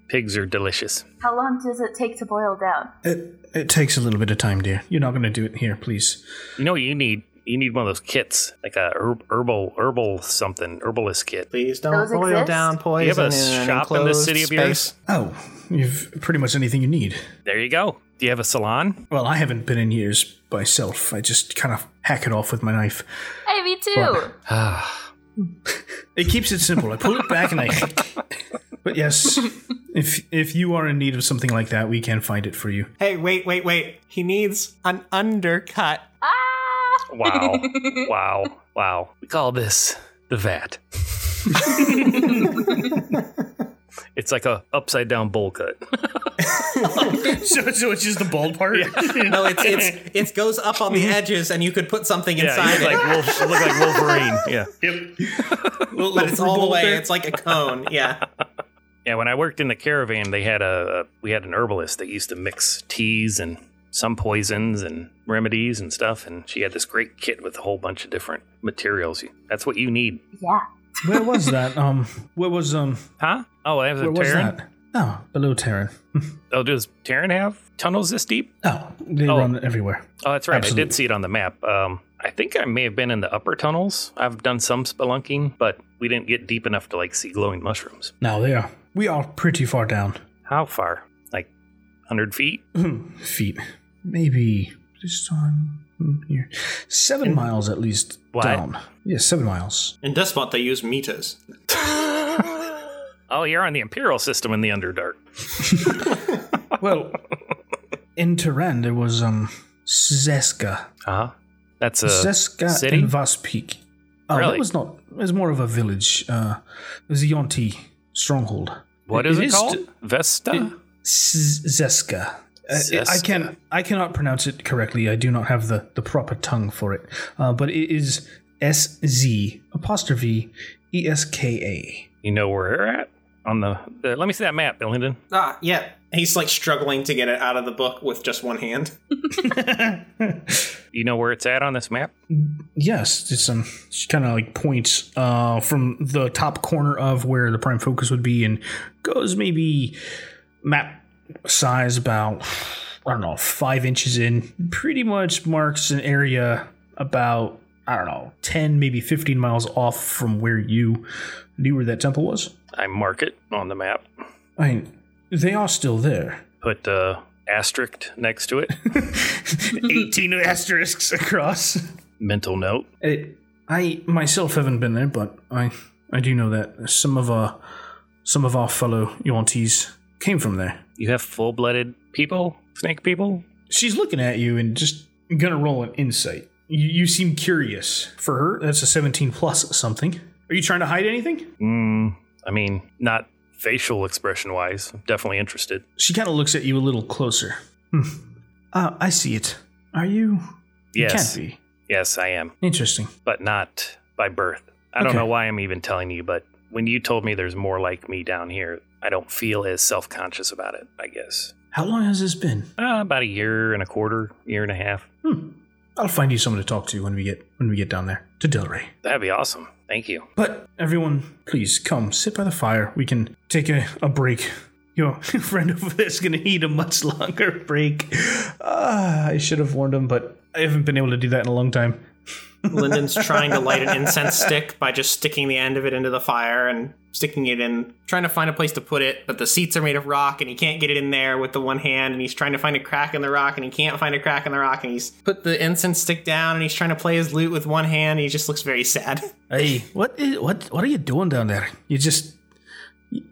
D: Pigs are delicious.
B: How long does it take to boil down?
A: It it takes a little bit of time, dear. You're not going to do it here, please.
D: You know what you need? You need one of those kits, like a herb, herbal herbal something herbalist kit.
C: Please
B: Those exist?
D: you have
C: poison
D: a shop in this city of yours?
A: Oh, you've pretty much anything you need.
D: There you go. Do you have a salon?
A: Well, I haven't been in years myself. I just kind of hack it off with my knife.
B: Hey, me too.
A: It keeps it simple. I pull it back and I. But yes, if if you are in need of something like that, we can find it for you.
C: Hey, wait, wait, wait. He needs an undercut.
B: Ah!
D: Wow, wow, wow. We call this the vat. it's like a upside down bowl cut.
A: So, so it's just the bald part.
C: No, it's it's it goes up on the edges and you could put something
D: Yeah,
C: inside
D: it's
C: it.
D: like wolf, look like Wolverine. Yeah.
C: but it's all the way, it's like a cone. Yeah.
D: Yeah, when I worked in the caravan, they had a, a we had an herbalist that used to mix teas and some poisons and remedies and stuff, and she had this great kit with a whole bunch of different materials. You- That's what you need,
B: Yeah.
A: Where was that? Um, where was um?
D: huh? Oh, that was a
A: Where was
D: Terran.
A: that? Oh, below Terran.
D: Oh, does Terran have tunnels this deep?
A: Oh, they
D: Oh.
A: run everywhere.
D: Oh, that's right. I
A: Absolutely.
D: did see it on the map. Um, I think I may have been in the upper tunnels. I've done some spelunking, but we didn't get deep enough to like see glowing mushrooms.
A: Now they are. We are pretty far down.
D: How far? Like hundred feet?
A: Feet, maybe this time hmm, here, seven miles at least
D: What?
A: down. Yeah, seven miles.
C: In Despot they use meters.
D: Oh, you're on the Imperial system in the Underdark.
A: Well, in Tehran there was um Zeska,
D: Uh huh. That's a
A: Zeska
D: city?
A: and Vaspik. Oh,
D: Really?
A: that was not. It was more of a village. Uh, it was a Yonti stronghold.
D: what is it, called?
A: st-
D: Vesta.
A: S- Zeska. Uh, it- I can I cannot pronounce it correctly. I do not have the, the proper tongue for it. Uh, but it is S Z apostrophe E S K A.
D: Uh, you know where we're at on the. the let me see that map, Bill Linden.
C: Ah, yeah. He's like struggling to get it out of the book with just one hand.
D: You know where it's at on this map?
A: Yes, it's um, she kind of like points uh from the top corner of where the prime focus would be, and goes maybe map size about I don't know five inches in. Pretty much marks an area about I don't know ten, maybe fifteen miles off from where you knew where that temple was.
D: I mark it on the map.
A: I mean, they are still there.
D: Put uh, asterisk next to it.
A: Eighteen asterisks across.
D: Mental note.
A: It, Uh, I myself haven't been there, but I I do know that some of our some of our fellow Yonties came from there.
D: You have full-blooded people, snake people.
A: She's looking at you and just gonna roll an insight. You, you seem curious. For her, that's a 17 plus something. Are you trying to hide anything?
D: Mm, I mean, not facial expression-wise. I'm definitely interested.
A: She kind of looks at you a little closer. Hmm. Ah, I see it. Are you? You
D: Yes,
A: can't
D: yes, I am,
A: be. Interesting.
D: but not by birth. I don't
A: Okay.
D: know why I'm even telling you, but when you told me there's more like me down here, I don't feel as self-conscious about it. I guess
A: How long has this been?
D: uh, about a year and a quarter, year and a half.
A: Hmm. I'll find you someone to talk to when we get when we get down there to Delray.
D: That'd be awesome. Thank you.
A: But everyone, please come sit by the fire. We can take a, a break. Your friend over there's gonna need a much longer break. Ah, I should have warned him, but I haven't been able to do that in a long time.
C: Lyndon's trying to light an incense stick by just sticking the end of it into the fire and sticking it in, trying to find a place to put it, but the seats are made of rock and he can't get it in there with the one hand and he's trying to find a crack in the rock and he can't find a crack in the rock and he's put the incense stick down and he's trying to play his lute with one hand and he just looks very sad.
F: Hey, what is what? What are you doing down there? You just,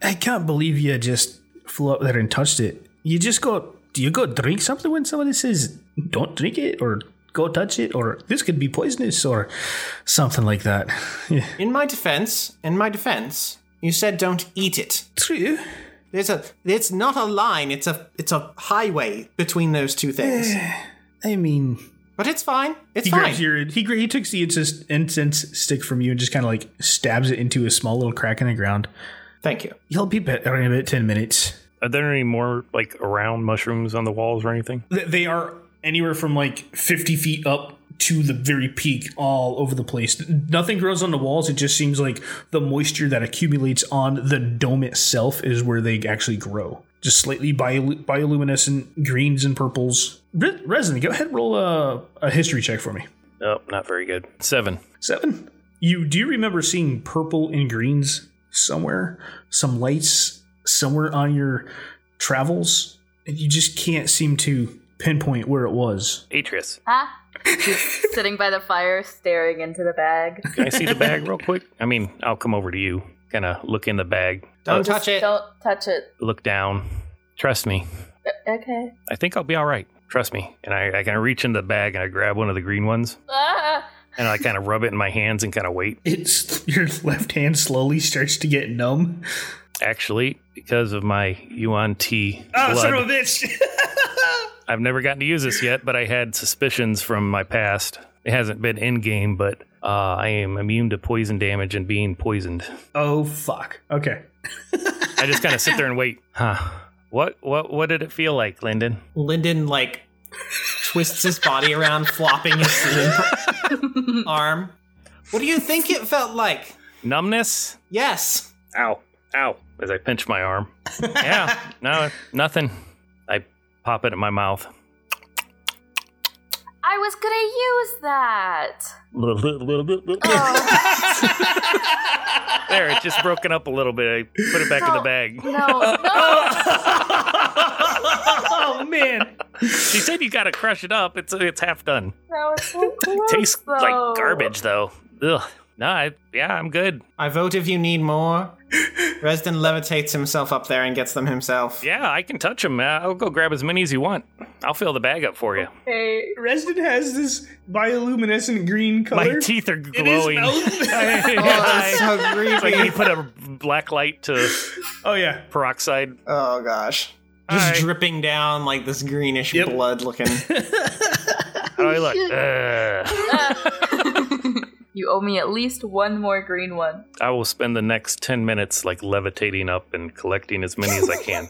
F: I can't believe you just flew up there and touched it. You just go. Do you go drink something when somebody says don't drink it or go touch it or this could be poisonous or something like that? Yeah.
C: In my defense, in my defense, you said don't eat it.
F: True.
C: There's a it's not a line, it's a it's a highway between those two things.
F: I mean,
C: But it's fine. It's
A: He
C: fine.
A: grabs your he gra- he takes the incense, incense stick from you and just kind of like stabs it into a small little crack in the ground.
C: Thank you.
A: You'll be better in about ten minutes.
D: Are there any more like around mushrooms on the walls or anything?
A: Th- They are anywhere from like fifty feet up to the very peak, all over the place. Nothing grows on the walls. It just seems like the moisture that accumulates on the dome itself is where they actually grow. Just slightly bio- bioluminescent greens and purples. Re- Resin, go ahead and roll a, a history check for me.
D: Oh, not very good. Seven.
A: Seven. You do you remember seeing purple and greens somewhere? Some lights somewhere on your travels? And you just can't seem to pinpoint where it was.
D: Atreus,
B: Huh? She's sitting by the fire, staring into the bag.
D: can I see the bag real quick? I mean, I'll come over to you. Kind of look in the bag,
C: Don't
D: Uh,
C: touch it.
B: Don't touch it.
D: look down. Trust me.
B: Okay.
D: I think I'll be all right. Trust me. And I, I kind of reach in the bag and I grab one of the green ones
B: Ah!
D: and I kind of rub it in my hands and kind of wait.
A: It's your left hand slowly starts to get numb.
D: Actually, because of my Yuan T
A: Oh,
D: blood,
A: son of a bitch!
D: I've never gotten to use this yet, but I had suspicions from my past. It hasn't been in game, but uh, I am immune to poison damage and being poisoned.
A: oh fuck. Okay.
D: I just kind of sit there and wait. Huh. What what what did it feel like, Lyndon?
C: Lyndon like twists his body around, flopping his limp arm. What do you think it felt like?
D: Numbness?
C: Yes.
D: Ow. Ow. As I pinch my arm. yeah. No, nothing. I pop it in my mouth.
B: I was gonna use that. Oh,
D: There, it's just broken up a little bit. I put it back in the bag.
B: No, no.
A: Oh man.
D: She said you gotta crush it up. It's it's half done.
B: No, it's so close,
D: Tastes like
B: though.
D: garbage though. Ugh. No, I, yeah, I'm good.
C: I vote if you need more. Resden levitates himself up there and gets them himself.
D: Yeah, I can touch them. I'll go grab as many as you want. I'll fill the bag up for you.
B: Okay.
A: Resident has this bioluminescent green color.
D: My teeth are
A: in his
D: glowing.
A: mouth.
C: That's so
D: It's like
C: creepy.
D: when you put a black light to
A: oh yeah.
D: peroxide.
C: Oh gosh. Just
D: Alright.
C: dripping down like this greenish blood looking.
D: How do I Oh, look? Ugh.
B: You owe me at least one more green one.
D: I will spend the next 10 minutes like levitating up and collecting as many as I can.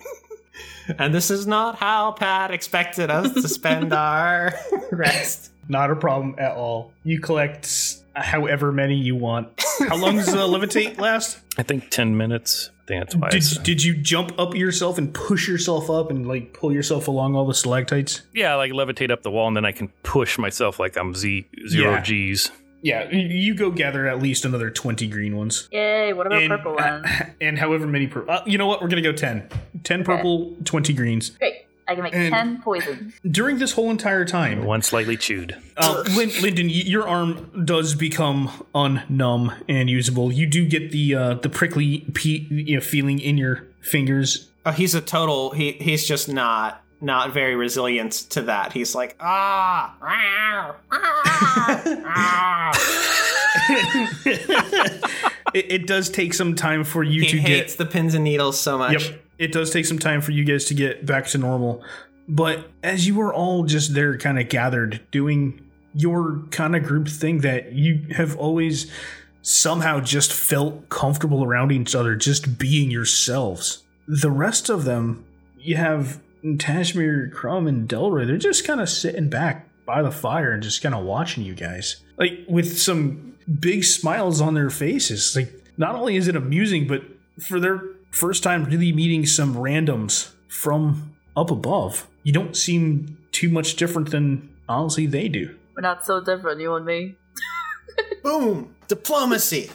C: And this is not how Pat expected us to spend our rest.
A: Not a problem at all. You collect however many you want. How long does the levitate last?
D: I think 10 minutes. I think that's why. I
A: Did,
D: said-
A: did you jump up yourself and push yourself up and like pull yourself along all the stalactites?
D: yeah, like levitate up the wall and then I can push myself like I'm Z zero
A: Yeah.
D: G's.
A: Yeah, y- you go gather at least another 20 green ones.
B: Yay, what about purple ones?
A: and however many purple. Uh, you know what? We're going to go 10. 10 purple, 20 greens.
B: Great. I can make
A: and-
B: 10 poison.
A: During this whole entire time,
D: One slightly chewed.
A: Uh, Lin- Lyndon, y- your arm does become unnumb and usable. You do get the uh, the prickly pe- you know, feeling in your fingers.
C: Oh, he's a total. He he's just not not very resilient to that. He's like ah. rawr, ah, ah."
A: It, it does take some time for you
C: He
A: to
C: hates
A: get.
C: the pins and needles so much.
A: Yep, it does take some time for you guys to get back to normal. But as you are all just there, kind of gathered, doing your kind of group thing that you have always somehow just felt comfortable around each other, just being yourselves. The rest of them, you have Tashmir, Crumb, and Delroy, they're just kind of sitting back by the fire and just kind of watching you guys. Like, with some big smiles on their faces. Like, not only is it amusing, but for their first time really meeting some randoms from up above, you don't seem too much different than, honestly, they do.
B: We're not so different, you and me.
C: Boom! Diplomacy.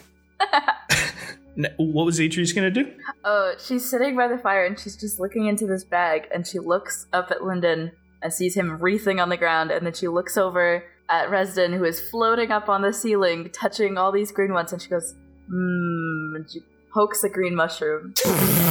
A: N- What was Atreus going to do?
B: Oh, she's sitting by the fire and she's just looking into this bag and she looks up at Lyndon and sees him wreathing on the ground and then she looks over at Resden who is floating up on the ceiling touching all these green ones and she goes, mmm, and she pokes a green mushroom.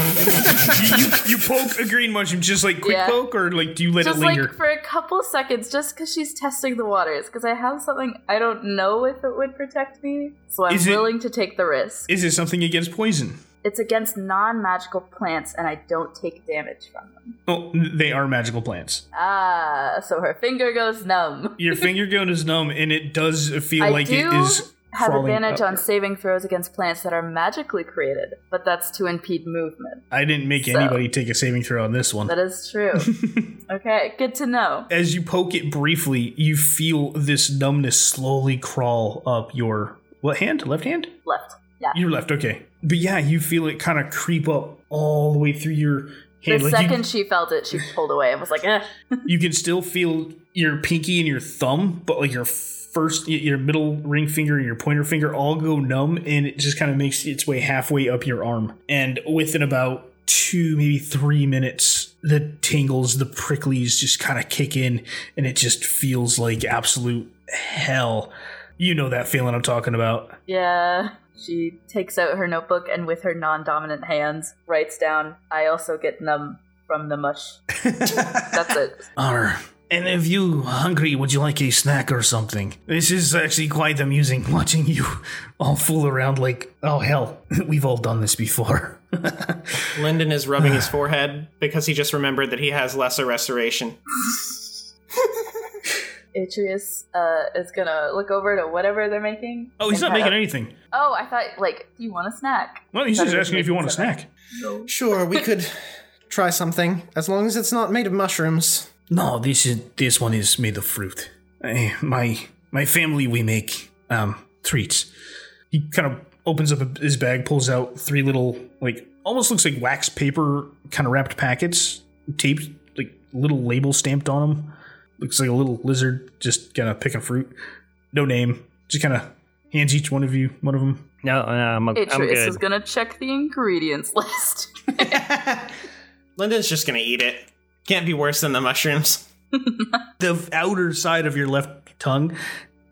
A: you, you, you poke a green mushroom, just like quick
B: Yeah.
A: poke, or like do you let
B: just
A: it linger?
B: like for a couple seconds, just because she's testing the waters, because I have something I don't know if it would protect me, so I'm
A: Is it-
B: willing to take the risk.
A: Is it something against poison?
B: it's against non magical plants and I don't take damage from them.
A: Oh, they are magical plants.
B: Ah, so her finger goes numb.
A: Your finger gun is numb, and it does feel
B: I
A: like it
B: do
A: is
B: Have
A: crawling
B: advantage
A: up.
B: on saving throws against plants that are magically created, but that's to impede movement.
A: I didn't make
B: So. uh,
A: anybody take a saving throw on this one.
B: That is true. okay, good to know.
A: As you poke it briefly, you feel this numbness slowly crawl up your what hand? Left hand?
B: Left. Yeah.
A: Your left, okay. But yeah, you feel it kind of creep up all the way through your
B: The
A: hand. Like, you-
B: second she felt it, she pulled away and was like, eh.
A: you can still feel your pinky and your thumb, but like your first, your middle ring finger and your pointer finger all go numb, and it just kind of makes its way halfway up your arm. And within about two, maybe three minutes, the tingles, the pricklies just kind of kick in, and it just feels like absolute hell. You know that feeling I'm talking about.
B: Yeah. She takes out her notebook and with her non dominant hands writes down, I also get numb from the mush. That's it.
F: Arr. And if you hungry, would you like a snack or something? This is actually quite amusing watching you all fool around like, oh hell, we've all done this before.
C: Lyndon is rubbing his forehead because he just remembered that he has lesser restoration.
B: Atreus uh, is gonna look over to whatever they're making.
A: Oh, he's
B: and
A: not
B: kind
A: making
B: of-
A: anything.
B: Oh, I thought, like, do you want a snack?
A: Well, he's
B: Thought
A: just
B: he was
A: asking if you want a
B: making
A: snack.
C: Sure, we could try something as long as it's not made of mushrooms.
F: no, this is this one is made of fruit. Eh, my my family we make um treats.
A: he kind of opens up his bag, pulls out three little, like, almost looks like wax paper kind of wrapped packets, taped, like, little label stamped on them. Looks like a little lizard just kind of picking fruit. No name. Just kind of hands each one of you one of them.
D: No, no I'm, I'm
B: Atreus is
D: good.
B: gonna check the ingredients list.
C: Lyndon's just gonna eat it. Can't be worse than the mushrooms.
A: The outer side of your left tongue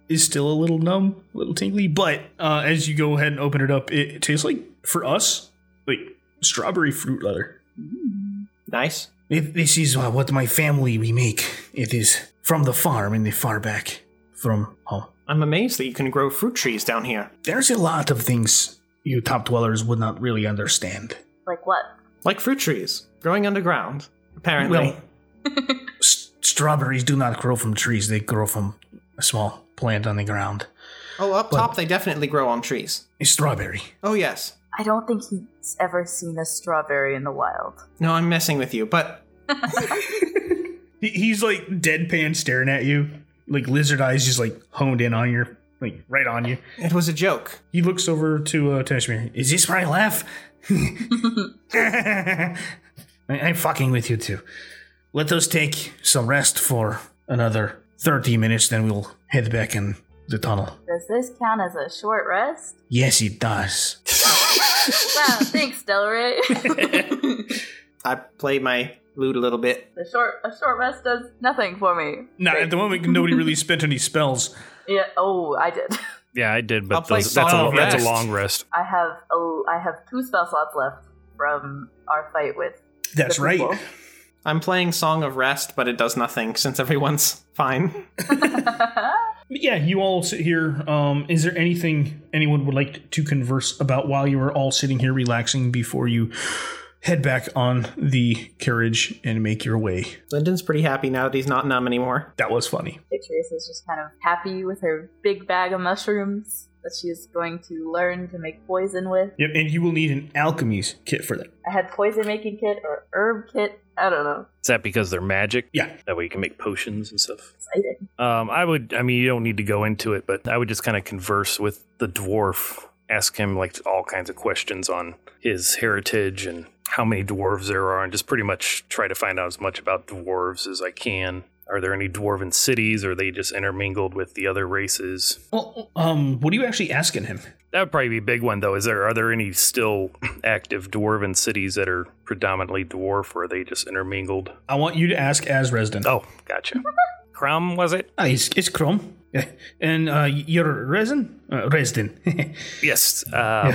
A: is still a little numb, a little tingly, but uh, as you go ahead and open it up, it, it tastes like, for us, like strawberry fruit leather.
C: Nice.
F: If this is uh, what my family we make. It is from the farm in the far back from home.
C: I'm amazed that you can grow fruit trees down here.
F: There's a lot of things you top dwellers would not really understand.
B: like, what?
C: Like fruit trees, growing underground, apparently.
F: Well, s- strawberries do not grow from trees; they grow from a small plant on the ground.
C: oh, up top, they definitely grow on trees.
F: A strawberry.
C: Oh, yes.
B: I don't think he's ever seen a strawberry in the wild.
C: No, I'm messing with you, but
H: He- He's like deadpan staring at you, like lizard eyes just like honed in on your, like right on you.
C: it was a joke.
H: He looks over to uh, Tashmir. Is this where I laugh?
A: I, I'm fucking with you too. Let us take some rest for another 30 minutes, then we'll head back in the tunnel.
B: Does this count as a short rest?
A: Yes, it does.
B: Wow, thanks, Delray.
C: I play my lute a little bit.
B: the short a short rest does nothing for me.
H: No, at the moment nobody really spent any spells.
B: Yeah. Oh, I did.
D: Yeah, I did,
C: I'll
D: but
C: play
D: those, that's, a,
C: Song of
D: that's a
C: Rest.
D: long rest.
B: I have oh, I have two spell slots left from our fight with.
H: That's
B: the
H: right.
B: people.
C: I'm playing Song of Rest, but it does nothing since everyone's fine.
H: But yeah, you all sit here. Um, is there anything anyone would like to converse about while you are all sitting here relaxing before you head back on the carriage and make your way?
C: Lyndon's pretty happy now that he's not numb anymore.
H: That was funny.
B: Victorious is just kind of happy with her big bag of mushrooms that she's going to learn to make poison with.
H: Yep, and you will need an alchemy's kit for that.
B: I had poison making kit or herb kit. I don't know.
D: Is that because they're magic?
H: Yeah.
D: That way you can make potions and stuff.
B: Exciting.
D: Um, I would. I mean, you don't need to go into it, but I would just kind of converse with the dwarf, ask him like all kinds of questions on his heritage and how many dwarves there are, and just pretty much try to find out as much about dwarves as I can. Are there any dwarven cities? Or are they just intermingled with the other races?
H: Well, um, what are you actually asking him?
D: That would probably be a big one, though. Is there are there any still active dwarven cities that are predominantly dwarf, or are they just intermingled?
H: I want you to ask as resident.
D: Oh, gotcha. Crom was it?
A: Ah, it's, it's Chrome. Yeah. And uh, your resin? Uh, resin.
D: Yes. Um,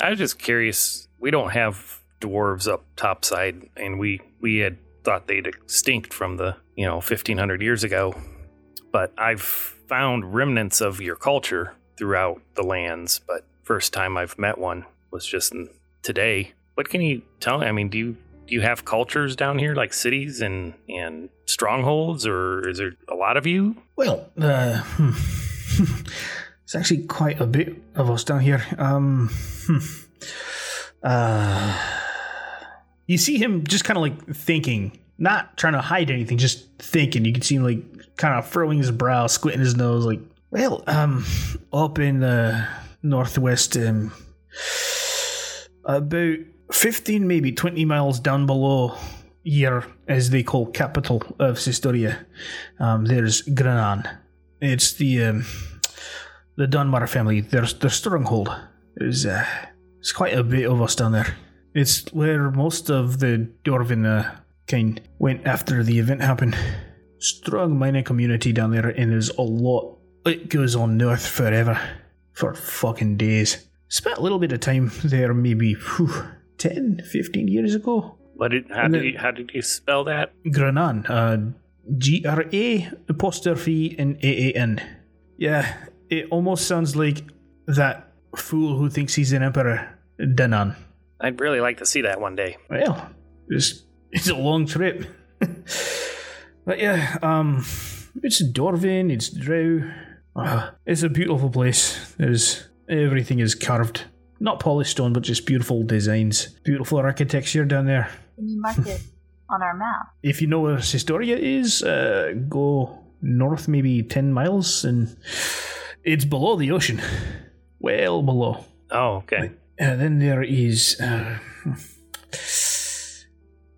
D: I was just curious. We don't have dwarves up topside, and we we had thought they'd extinct from the you know 1500 years ago, but I've found remnants of your culture throughout the lands. But first time I've met one was just in- today. What can you tell? I mean, do you do you have cultures down here like cities and and strongholds, or is there a lot of you?
A: Well, uh, hmm. it's actually quite a bit of us down here. Um, hmm. uh,
H: You see him just kind of like thinking, not trying to hide anything, just thinking. You can see him like kind of furrowing his brow, squinting his nose, like
A: well, um, up in the northwest, um, about fifteen, maybe twenty miles down below here, as they call capital of Sistoria. Um, there's Granan. It's the um, the Dunbar family. Their their stronghold is uh, it's quite a bit of us down there. It's where most of the Dorvin uh, kind went after the event happened. Strong mining community down there, and there's a lot. It goes on north forever, for fucking days. Spent a little bit of time there, maybe whew, 10, 15 years ago.
D: What did how did you, how did you spell that?
A: Granan, uh, G R A apostrophe and A A N. Yeah, it almost sounds like that fool who thinks he's an emperor, Danan.
D: I'd really like to see that one day.
A: Well, it's it's a long trip. but yeah, um, it's Dorvin, it's Drow. Uh, it's a beautiful place. There's everything is carved, not polished stone, but just beautiful designs, beautiful architecture down there.
B: Can you mark it on our map?
A: If you know where Sistoria is, uh, go north maybe ten miles, and it's below the ocean, well below.
D: Oh, okay.
A: And Uh, then there is. Uh,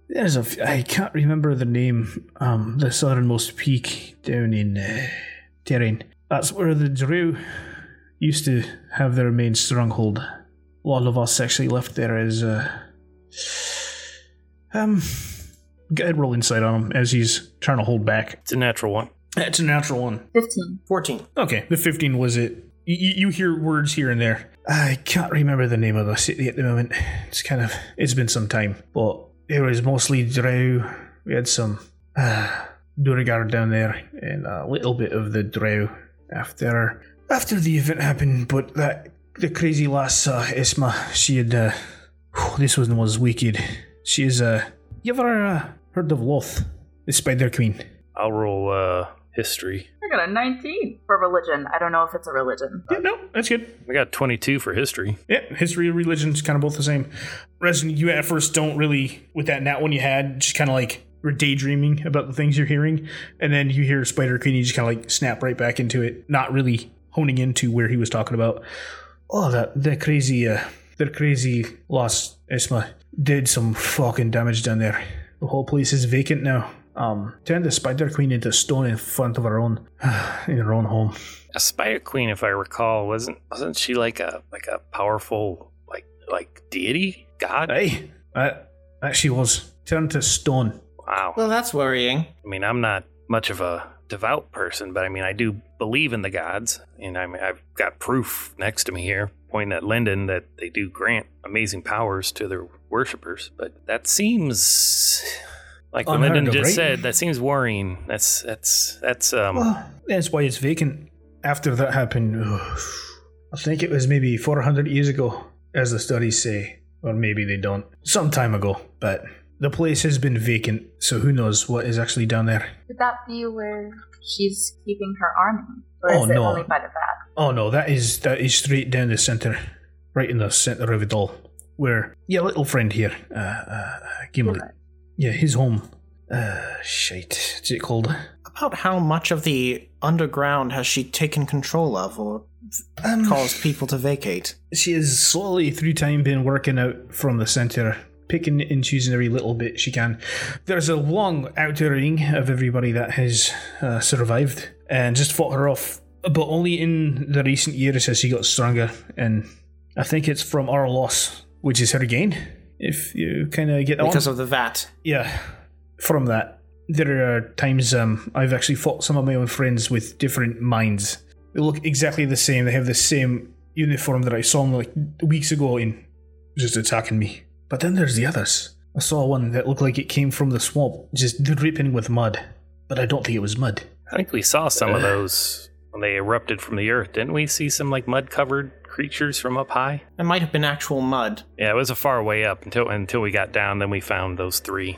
A: there's a. f- I can't remember the name. Um, the southernmost peak down in uh, Terrain. That's where the Drew used to have their main stronghold. A lot of us actually left there as. Uh, um. Go ahead, roll insight on him as he's trying to hold back.
D: It's a natural one.
A: It's a natural one.
B: Fifteen.
C: 14.
H: Okay, the 15 was it. You, you hear words here and there.
A: I can't remember the name of the city at the moment. It's kind of it's been some time, but it was mostly Drow. We had some uh, Duragar down there and a little bit of the Drow after after the event happened. But that the crazy lass uh, Isma, she had uh, whew, this one was wicked. She is uh, you ever uh, heard of Loth, the Spider Queen?
D: I'll roll uh, history.
B: I got a 19 for religion. I don't know if it's a religion.
A: Yeah, Uh, no, that's good.
D: I got 22 for history.
A: Yeah, history and religion's kind of both the same. Resin, you at first don't really with that nat one you had, just kind of like were daydreaming about the things you're hearing, and then you hear Spider Queen, you just kind of like snap right back into it, not really honing into where he was talking about. Oh, that that crazy, uh, that crazy lost Esma did some fucking damage down there. The whole place is vacant now. Um, turned the Spider Queen into stone in front of her own, in her own home.
D: A spider queen, if I recall, wasn't wasn't she like a like a powerful like like deity god?
A: Hey, that, that she was turned to stone.
D: Wow.
C: Well, that's worrying.
D: I mean, I'm not much of a devout person, but I mean, I do believe in the gods, and I mean, I've got proof next to me here, pointing at Linden, that they do grant amazing powers to their worshippers. But that seems like what
A: Unheard
D: Linden
A: of,
D: just
A: right?
D: said. That seems worrying. That's that's that's um.
A: That's why it's vacant. After that happened, I think it was maybe 400 years ago, as the studies say, or maybe they don't. Some time ago, but the place has been vacant, so who knows what is actually down there.
B: Could that be where she's keeping her army? Or
A: Oh,
B: is it
A: no.
B: only by the back?
A: Oh no, that is that is straight down the center, right in the center of it all. Where your little friend here, uh, uh, Gimli, yeah, his home. Uh, shite, what's it called?
C: About how much of the underground has she taken control of or
A: Um,
C: caused people to vacate?
A: she has slowly through time been working out from the center picking and choosing every little bit she can there's a long outer ring of everybody that has uh, survived and just fought her off but only in the recent years has she got stronger and i think it's from our loss which is her gain if you kind of get that one
C: Because of the vat.
A: yeah from that there are times um, i've actually fought some of my own friends with different minds they look exactly the same they have the same uniform that i saw them like weeks ago in just attacking me but then there's the others i saw one that looked like it came from the swamp just dripping with mud but i don't think it was mud
D: I think we saw some of those when they erupted from the earth. Didn't we see some like mud covered creatures from up high?
C: It might have been actual mud.
D: Yeah, it was a far way up until until we got down. Then we found those three.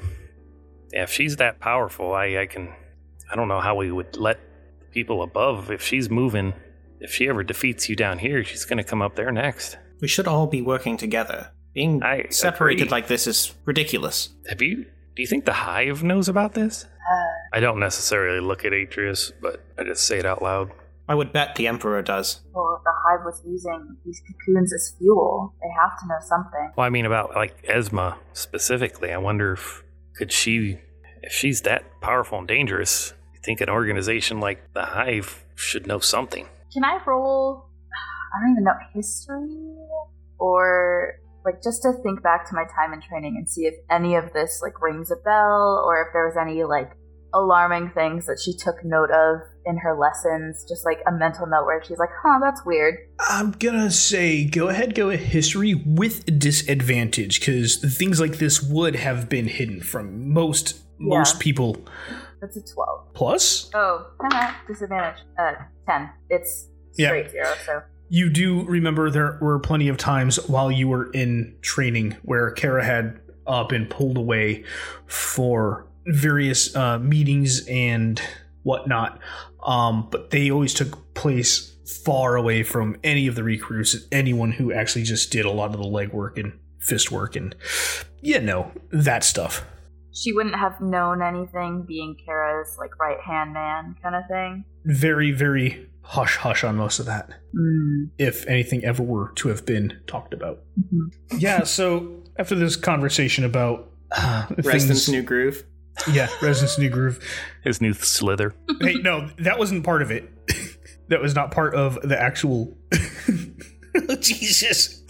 D: Yeah, if she's that powerful, I I can. I don't know how we would let people above if she's moving. If she ever defeats you down here, she's gonna come up there next.
C: We should all be working together. Being
D: I
C: separated
D: agree.
C: like this is ridiculous.
D: Have you? Do you think the hive knows about this? I don't necessarily look at Atreus, but I just say it out loud.
C: I would bet the Emperor does.
B: Well, if the hive was using these cocoons as fuel, they have to know something.
D: Well, I mean about like Esma specifically. I wonder if could she, if she's that powerful and dangerous, you think an organization like the Hive should know something?
B: Can I roll? I don't even know history or like just to think back to my time in training and see if any of this like rings a bell or if there was any like alarming things that she took note of in her lessons, just like a mental note where she's like, "Huh, that's weird."
A: I'm gonna say go ahead, go with history with disadvantage because things like this would have been hidden from most most
B: Yeah.
A: people.
B: That's a twelve.
A: Plus,
B: Oh, haha, disadvantage. Uh, ten. It's
A: Yeah.
B: straight zero. So
A: you do remember there were plenty of times while you were in training where Kara had uh, been pulled away for various uh, meetings and whatnot, um, but they always took place far away from any of the recruits, anyone who actually just did a lot of the legwork and fist work and you know that stuff.
B: she wouldn't have known anything, being Kara's like right hand man kind of thing.
A: Very, very hush hush on most of that.
C: Hmm.
B: Mm.
A: if anything ever were to have been talked about. Yeah, so after this conversation about uh,
C: Reston's
A: things,
C: new groove.
A: yeah, Residence New Groove.
D: His new slither.
A: hey, no, that wasn't part of it. that was not part of the actual. Jesus.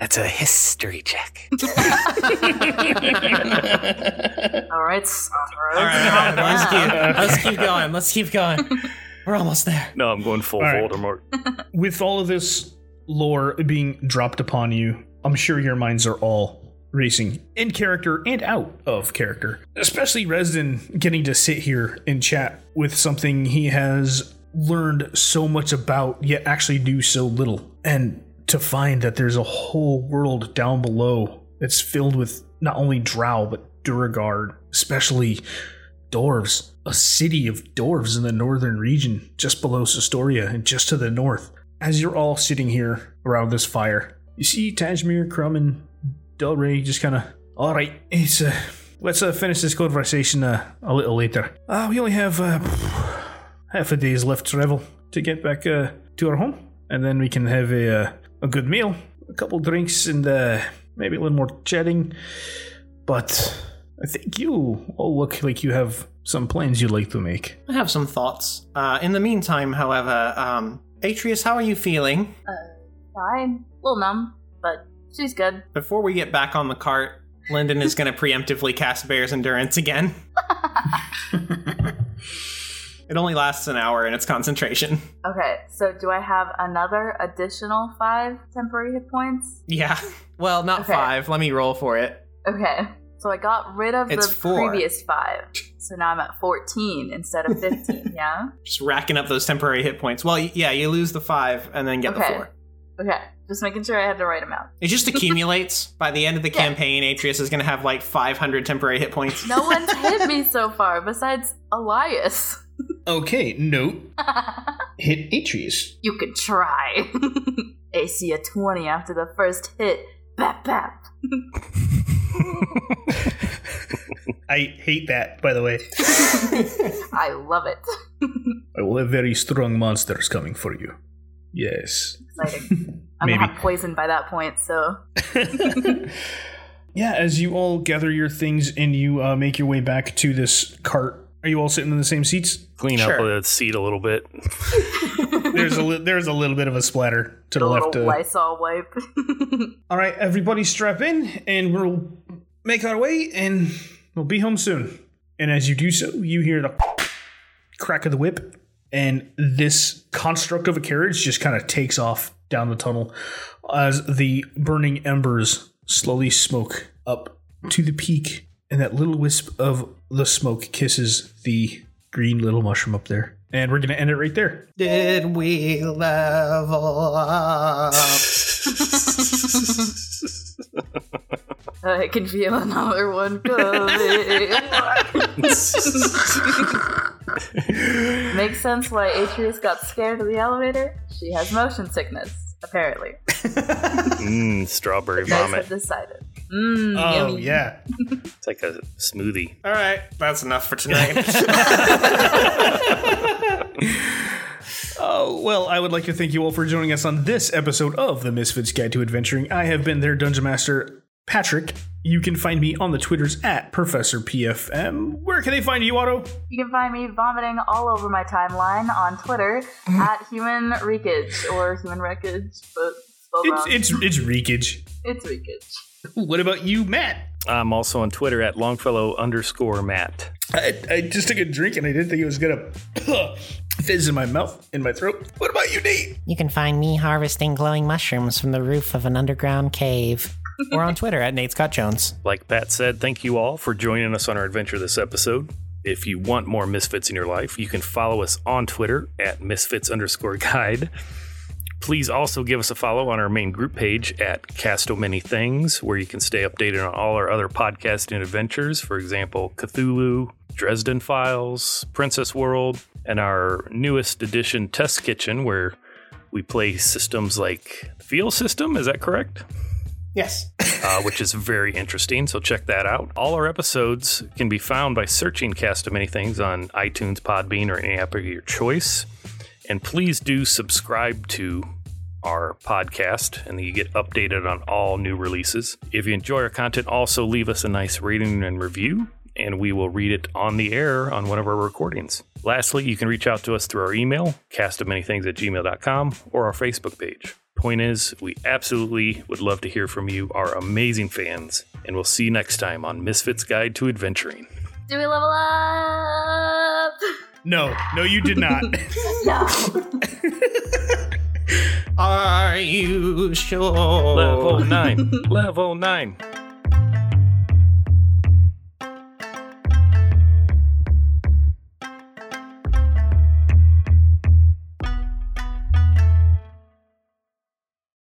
D: That's a history check.
B: All right, Sothros.
C: All right, all right, let's keep, let's keep going. Let's keep going. We're almost there.
D: No, I'm going full
A: All right.
D: Voldemort.
A: With all of this lore being dropped upon you, I'm sure your minds are all racing in character and out of character. Especially Resden getting to sit here and chat with something he has learned so much about, yet actually knew so little. And to find that there's a whole world down below that's filled with not only Drow, but Duragard, especially dwarves, a city of dwarves in the northern region, just below Sestoria and just to the north. As you're all sitting here around this fire, you see Tajmir, Crumb, and Delray just kind of, all right, it's uh, let's uh, finish this conversation uh, a little later. Uh, we only have uh, half a day's left travel to get back uh, to our home, and then we can have a uh, a good meal, a couple drinks, and uh, maybe a little more chatting. But I think you all look like you have some plans you'd like to make.
C: I have some thoughts. Uh, in the meantime, however, um, Atreus, how are you feeling?
B: Fine. A little numb, but she's good.
C: Before we get back on the cart, Lyndon is going to preemptively cast Bear's Endurance again. it only lasts an hour and it's concentration.
B: Okay, so do I have another additional five temporary hit points?
C: Yeah. Well, not
B: Okay.
C: five. Let me roll for it.
B: Okay, so I got rid of
C: It's
B: the
C: four.
B: previous five. So now I'm at 14 instead of 15, yeah?
C: Just racking up those temporary hit points. Well, y- yeah, you lose the five and then get the
B: Okay.
C: four.
B: Okay, just making sure I had the right amount.
C: It just accumulates. By the end of the
B: Yeah.
C: campaign, Atreus is going to have like 500 temporary hit points.
B: No one's hit me so far besides Elias.
A: Okay, note hit Atreus.
B: you can try. AC a 20 after the first hit. Bap bap.
A: I hate that, by the way.
B: I love it.
A: I will have very strong monsters coming for you. Yes.
B: Exciting. I'm
A: Maybe.
B: gonna have poison by that point, so
A: Yeah, as you all gather your things and you uh, make your way back to this cart, are you all sitting in the same seats?
D: Clean up
C: Sure.
D: the seat a little bit.
A: There's a li- there's a little bit of a splatter to
B: a
A: the
B: little
A: left. uh,
B: Lysol wipe.
A: all right, everybody strap in and we'll make our way and we'll be home soon. And as you do so, you hear the crack of the whip and this construct of a carriage just kind of takes off down the tunnel as the burning embers slowly smoke up to the peak and that little wisp of the smoke kisses the green little mushroom up there. And we're going to end it right there.
C: Did we level up?
B: I can feel another one coming. Makes sense why Atreus got scared of the elevator. She has motion sickness, apparently.
D: Mmm, strawberry
B: You guys
D: vomit.
B: have decided. Mmm,
A: Oh,
B: yummy.
A: yeah.
D: It's like a smoothie.
C: All right, that's enough for tonight.
A: Oh, well, I would like to thank you all for joining us on this episode of The Misfits Guide to Adventuring. I have been their Dungeon Master, Patrick. You can find me on the Twitters at Professor PFM. Where can they find you, Otto?
B: You can find me vomiting all over my timeline on Twitter at human wreckage or human wreckage, but spelled wrong.
A: It's it's it's Reekage.
B: It's wreckage.
A: What about you, Matt?
D: I'm also on Twitter at Longfellow underscore Matt.
A: I, I just took a drink and I didn't think it was gonna fizz in my mouth, in my throat. What about you, Nate?
I: You can find me harvesting glowing mushrooms from the roof of an underground cave.
C: We're on Twitter at Nate Scott Jones.
D: Like Pat said, thank you all for joining us on our adventure this episode. If you want more misfits in your life, you can follow us on Twitter at misfits underscore guide. Please also give us a follow on our main group page at Casto Many Things, where you can stay updated on all our other podcast and adventures, for example, Cthulhu, Dresden Files, Princess World, and our newest edition, Test Kitchen, where we play systems like Feel System. Is that correct?
C: Yes.
D: uh, which is very interesting. So check that out. All our episodes can be found by searching Cast of Many Things on iTunes, Podbean, or any app of your choice. And please do subscribe to our podcast, and you get updated on all new releases. If you enjoy our content, also leave us a nice rating and review. And we will read it on the air on one of our recordings. Lastly, you can reach out to us through our email, castofmanythings at gmail.com, or our Facebook page. Point is, we absolutely would love to hear from you, our amazing fans, and we'll see you next time on Misfits Guide to Adventuring.
B: Do we level up?
A: No, no, you did not.
B: No.
C: Are you sure?
D: Level 9. Level 9.